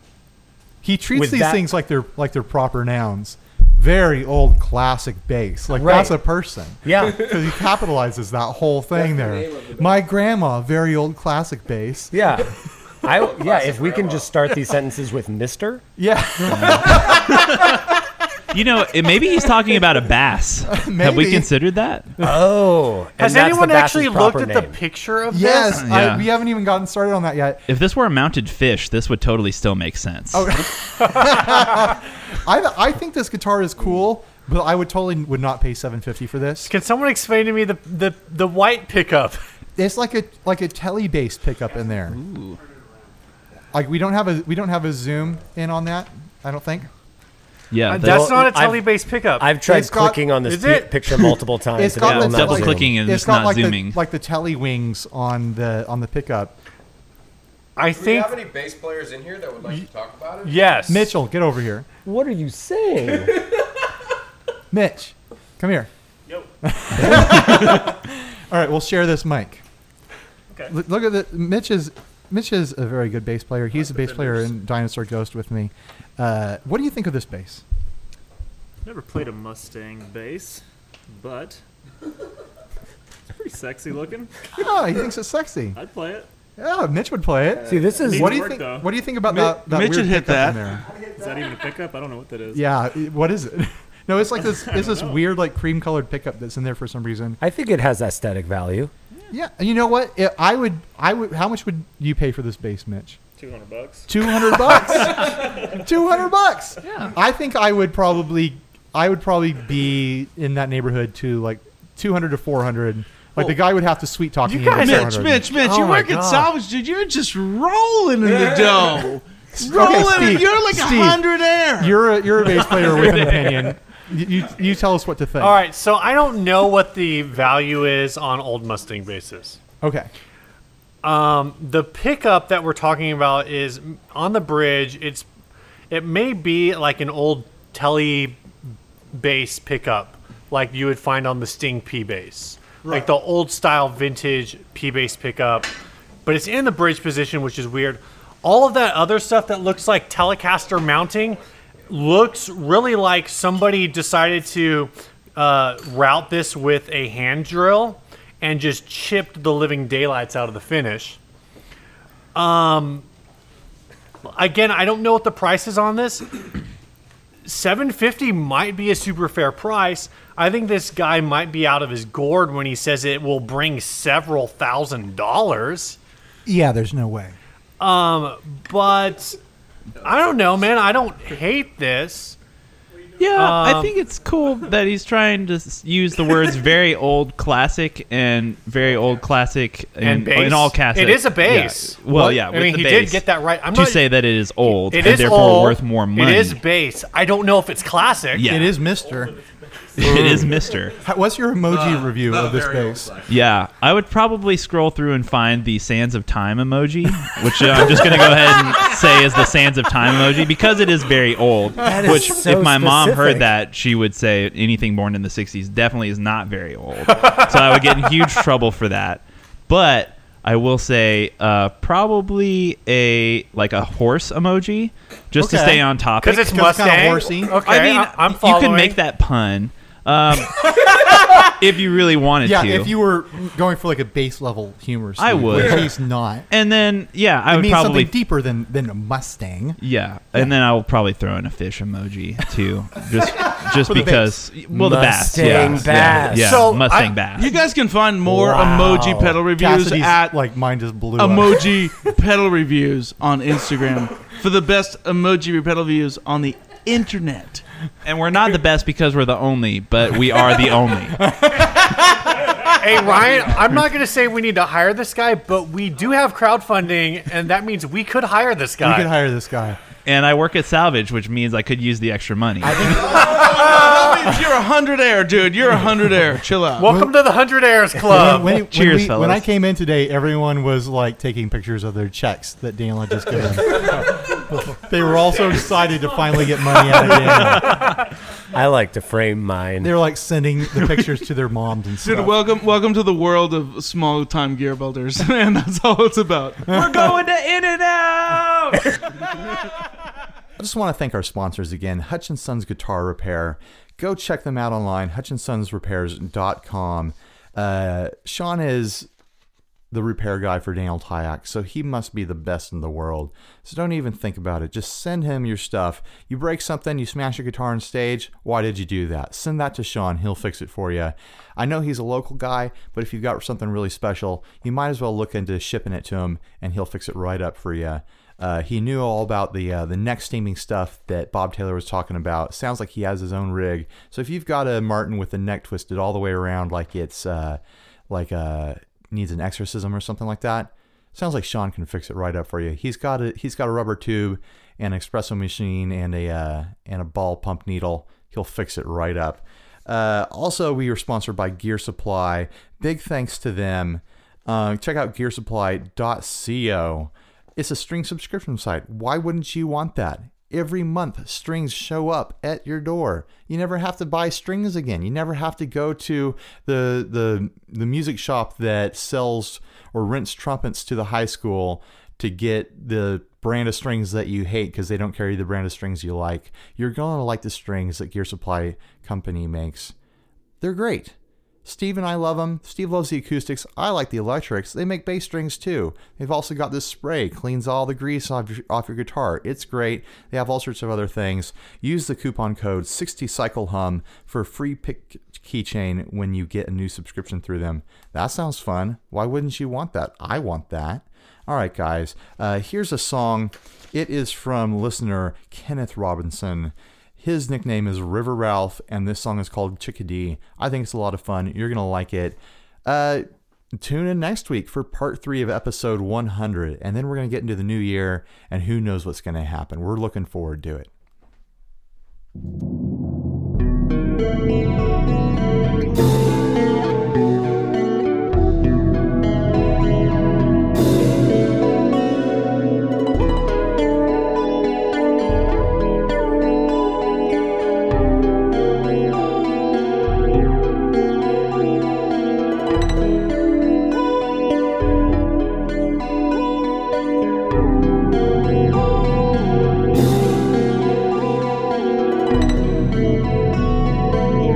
Speaker 2: He treats
Speaker 13: With
Speaker 2: these
Speaker 13: that-
Speaker 2: things like they're like they're proper nouns. Very old classic base. Like that's a
Speaker 13: Right.
Speaker 2: person.
Speaker 13: Yeah.
Speaker 2: Because he capitalizes that whole thing there. My grandma, very old classic base.
Speaker 13: yeah, I yeah. If we can just start these sentences with Mister,
Speaker 2: Yeah.
Speaker 3: You know, it, maybe he's talking about a bass. Have we
Speaker 2: Maybe.
Speaker 3: considered that?
Speaker 13: oh, and
Speaker 4: Has
Speaker 13: that's the
Speaker 4: anyone
Speaker 13: bass's
Speaker 4: actually looked
Speaker 13: proper
Speaker 4: at the
Speaker 13: name.
Speaker 4: picture of
Speaker 2: Yes.
Speaker 4: this?
Speaker 2: I-
Speaker 3: Yeah.
Speaker 2: we haven't even gotten started on that yet.
Speaker 3: If this were a mounted fish, this would totally still make sense.
Speaker 4: Oh,
Speaker 2: I I think this guitar is cool, but I would totally would not pay seven fifty for this.
Speaker 4: Can someone explain to me the the, the white pickup?
Speaker 2: It's like a like a telly bass pickup in there. Like we don't have a we don't have a zoom in on that. I don't think.
Speaker 3: Yeah,
Speaker 4: That's
Speaker 13: Well,
Speaker 4: not a
Speaker 13: I've-
Speaker 4: telly based pickup.
Speaker 13: I've tried
Speaker 2: It's got-
Speaker 13: clicking on this
Speaker 4: Is
Speaker 13: pi-
Speaker 4: it?
Speaker 13: picture multiple times.
Speaker 2: It's
Speaker 13: and
Speaker 2: got
Speaker 13: it will
Speaker 2: like
Speaker 13: not
Speaker 3: double
Speaker 2: like,
Speaker 13: zoom.
Speaker 3: clicking and
Speaker 2: it's
Speaker 3: it's
Speaker 2: got
Speaker 3: not
Speaker 2: like
Speaker 3: zooming.
Speaker 2: the like the telly wings on the on the pickup.
Speaker 4: I
Speaker 8: Do you
Speaker 4: think
Speaker 8: have any bass players in here that would like to talk about it?
Speaker 4: yes.
Speaker 2: Mitchell, get over here.
Speaker 13: What are you saying?
Speaker 2: Mitch, come here. All right, we'll share this mic.
Speaker 4: Okay.
Speaker 2: L- look at the Mitch is Mitch is a very good bass player. He's a bass player in Dinosaur Ghost with me. Uh, what do you think of this bass?
Speaker 14: Never played a Mustang bass, but it's pretty sexy looking.
Speaker 2: Oh, he thinks it's sexy.
Speaker 14: I'd play it.
Speaker 2: Yeah, Mitch would play it.
Speaker 13: See, this is
Speaker 2: what do you
Speaker 14: work,
Speaker 2: think?
Speaker 14: though.
Speaker 2: What do you think about
Speaker 15: Mi-
Speaker 2: that? that
Speaker 15: Mitch
Speaker 2: weird
Speaker 15: would hit
Speaker 2: pickup in
Speaker 15: that.
Speaker 2: there?
Speaker 14: Is that even a pickup? I don't know what that is.
Speaker 2: Yeah. it- What is it? no, it's like this. It's this weird, like cream colored pickup that's in there for some reason.
Speaker 13: I think it has aesthetic value.
Speaker 2: Yeah. and You know what? If I would. I would. How much would you pay for this bass, Mitch?
Speaker 14: Two hundred bucks.
Speaker 2: Two hundred bucks. Two hundred bucks. Yeah. I think I would probably. I would probably be in that neighborhood to like two hundred to four hundred. Like the guy would have to sweet talk
Speaker 15: You
Speaker 2: me
Speaker 15: guys,
Speaker 2: into
Speaker 15: Mitch,
Speaker 2: 400.
Speaker 15: Mitch, Mitch,
Speaker 2: Oh
Speaker 15: you
Speaker 2: my
Speaker 15: work at
Speaker 2: God.
Speaker 15: salvage, dude. You're just rolling in the dough. rolling.
Speaker 2: Okay, Steve,
Speaker 15: you're like
Speaker 2: Steve.
Speaker 15: a hundred air.
Speaker 2: You're a, you're a bass player with an opinion. You, you, you tell us what to think.
Speaker 4: All right, so I don't know what the value is on old Mustang basses.
Speaker 2: Okay.
Speaker 4: Um, the pickup that we're talking about is m- on the bridge. It's it may be like an old telly bass pickup, like you would find on the Sting P bass, like the old style vintage P bass pickup. But it's in the bridge position, which is weird. All of that other stuff that looks like Telecaster mounting looks really like somebody decided to uh, route this with a hand drill and just chipped the living daylights out of the finish. Um, again, I don't know what the price is on this. 750 might be a super fair price. I think this guy might be out of his gourd when he says it will bring several thousand dollars.
Speaker 16: Yeah, there's no way.
Speaker 4: But I don't know, man. I don't hate this.
Speaker 3: yeah,
Speaker 4: Um,
Speaker 3: I think it's cool that he's trying to s- use the words "very old classic" and "very old classic" in,
Speaker 4: And bass.
Speaker 3: in all cases.
Speaker 4: It is a bass.
Speaker 3: Yeah. Well,
Speaker 4: What?
Speaker 3: yeah,
Speaker 4: I
Speaker 3: with
Speaker 4: mean,
Speaker 3: the
Speaker 4: he did
Speaker 3: bass,
Speaker 4: get that right. I'm
Speaker 3: to
Speaker 4: not-
Speaker 3: say that it is old
Speaker 4: It
Speaker 3: and
Speaker 4: is
Speaker 3: therefore
Speaker 4: old.
Speaker 3: worth more money.
Speaker 4: It is bass. I don't know if it's classic.
Speaker 3: Yeah,
Speaker 16: It is Mister.
Speaker 3: It is Mister.
Speaker 2: How- What's your emoji
Speaker 3: Uh,
Speaker 2: review of this
Speaker 8: Very old
Speaker 2: bass?
Speaker 8: classic.
Speaker 3: Yeah, I would probably scroll through and find the Sands of Time emoji, which uh, I'm just going to go ahead and say is the Sands of Time emoji because it is very old.
Speaker 13: is
Speaker 3: which,
Speaker 13: so
Speaker 3: if my mom
Speaker 13: specific.
Speaker 3: heard that, she would say anything born in the 60s definitely is not very old. so I would get in huge trouble for that. But I will say uh, probably a like a horse emoji just to
Speaker 2: Okay.
Speaker 3: stay on topic.
Speaker 4: Because it's Mustang.
Speaker 2: horsey.
Speaker 4: Okay,
Speaker 3: I mean,
Speaker 4: I, am
Speaker 3: you
Speaker 4: following.
Speaker 3: can make that pun um, if you really wanted
Speaker 2: Yeah,
Speaker 3: to.
Speaker 2: if you were going for like a base level humor,
Speaker 3: I
Speaker 2: Steve,
Speaker 3: would.
Speaker 2: Which he's not.
Speaker 3: And then yeah, I
Speaker 2: I
Speaker 3: would
Speaker 2: mean,
Speaker 3: probably
Speaker 2: something deeper than than a Mustang.
Speaker 3: yeah, and then I will probably throw in a fish emoji too, just just because well the bass yeah
Speaker 13: Mustang
Speaker 3: yeah,
Speaker 13: bass.
Speaker 3: yeah,
Speaker 4: So,
Speaker 3: Mustang
Speaker 4: I-
Speaker 3: bass
Speaker 15: You guys can find more
Speaker 13: Wow.
Speaker 15: emoji pedal reviews
Speaker 2: Cassidy's
Speaker 15: at
Speaker 2: like mine just blew up.
Speaker 15: emoji pedal reviews on Instagram for the best emoji pedal reviews on the internet.
Speaker 3: and we're not the best because we're the only but we are the only
Speaker 4: Hey Ryan, I'm not gonna say we need to hire this guy, but we do have crowdfunding, and that means we could hire this
Speaker 2: We
Speaker 4: guy.
Speaker 2: could hire this guy.
Speaker 3: and I work at salvage which means I could use the extra money
Speaker 15: That means you're a hundred air, dude. You're a hundred air. Chill out.
Speaker 4: Welcome to the Hundred Airs Club.
Speaker 2: when, when
Speaker 3: Cheers,
Speaker 2: we-
Speaker 3: fellas.
Speaker 2: When I came in today, everyone was like taking pictures of their checks that Daniel had just given. They were all so excited to finally get money out of game.
Speaker 13: I like to frame mine.
Speaker 2: They were like sending the pictures to their moms and stuff.
Speaker 3: Dude, welcome, welcome to the world of small-time gear builders, man. That's all it's about. We're going to In and Out.
Speaker 6: I
Speaker 2: just want to thank our sponsors again Hutchinson's Guitar Repair. Go check them out online, hutchinsonsrepairs.com. Uh, Sean is the repair guy for Daniel Tyack, so he must be the best in the world. So don't even think about it. Just send him your stuff. You break something, you smash your guitar on stage. Why did you do that? Send that to Sean. He'll fix it for you. I know he's a local guy, but if you've got something really special, you might as well look into shipping it to him, and he'll fix it right up for you. Uh, he knew all about the uh, the neck steaming stuff that Bob Taylor was talking about. Sounds like he has his own rig. So if you've got a Martin with the neck twisted all the way around, like it's uh, like uh, a needs an exorcism or something like that, sounds like Sean can fix it right up for you. He's got a he's got a rubber tube, an espresso machine, and a uh, and a ball pump needle. He'll fix it right up. Uh, also, we are sponsored by Gear Supply. Big thanks to them. Uh, check out gearsupply.co. It's a string subscription site. Why wouldn't you want that? Every month, strings show up at your door. You never have to buy strings again. You never have to go to the the the music shop that sells or rents trumpets to the high school to get the brand of strings that you hate because they don't carry the brand of strings you like. You're going to like the strings that Gear Supply Company makes. They're great. Steve and I love them. Steve loves the acoustics. I like the electrics. They make bass strings too. They've also got this spray, cleans all the grease off your, off your guitar. It's great. They have all sorts of other things. Use the coupon code 60CycleHum for free pick keychain when you get a new subscription through them. That sounds fun. Why wouldn't you want that? I want that. All right, guys. Uh, here's a song. It is from listener Kenneth Robinson. His nickname is River Ralph, and this song is called Chickadee. I think it's a lot of fun. You're going to like it. Uh, tune in next week for part three of episode 100, and then we're going to get into the new year, and who knows what's going to happen. We're looking forward to it.
Speaker 17: Thank you.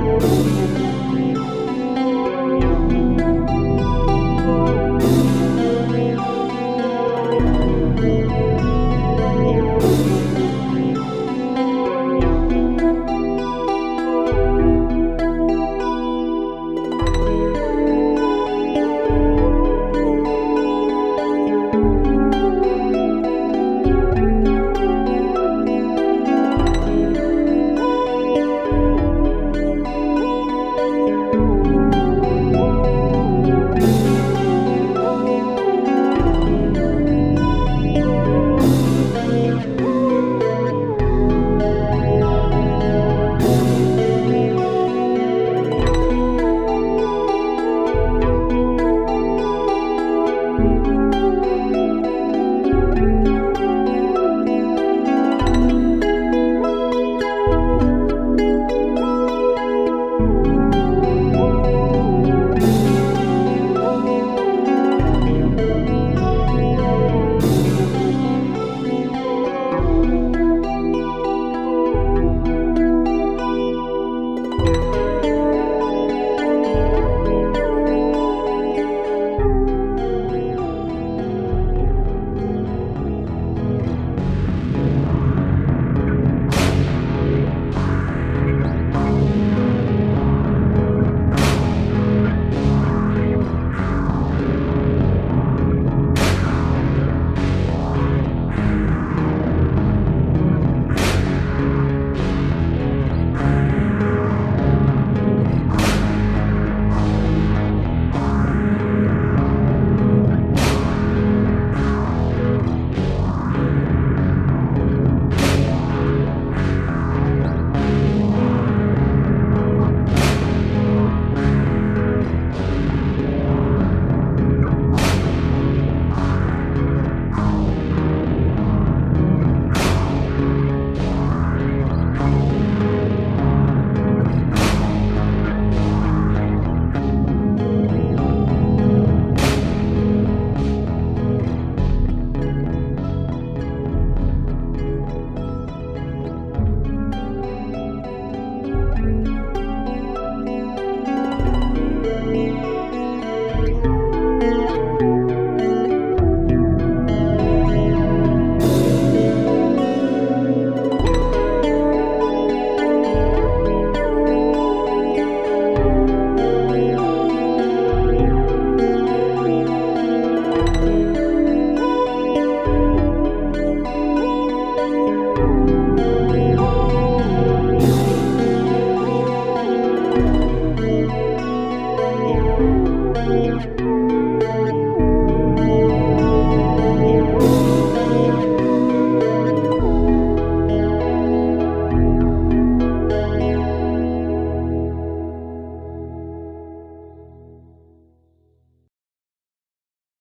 Speaker 17: Thank you.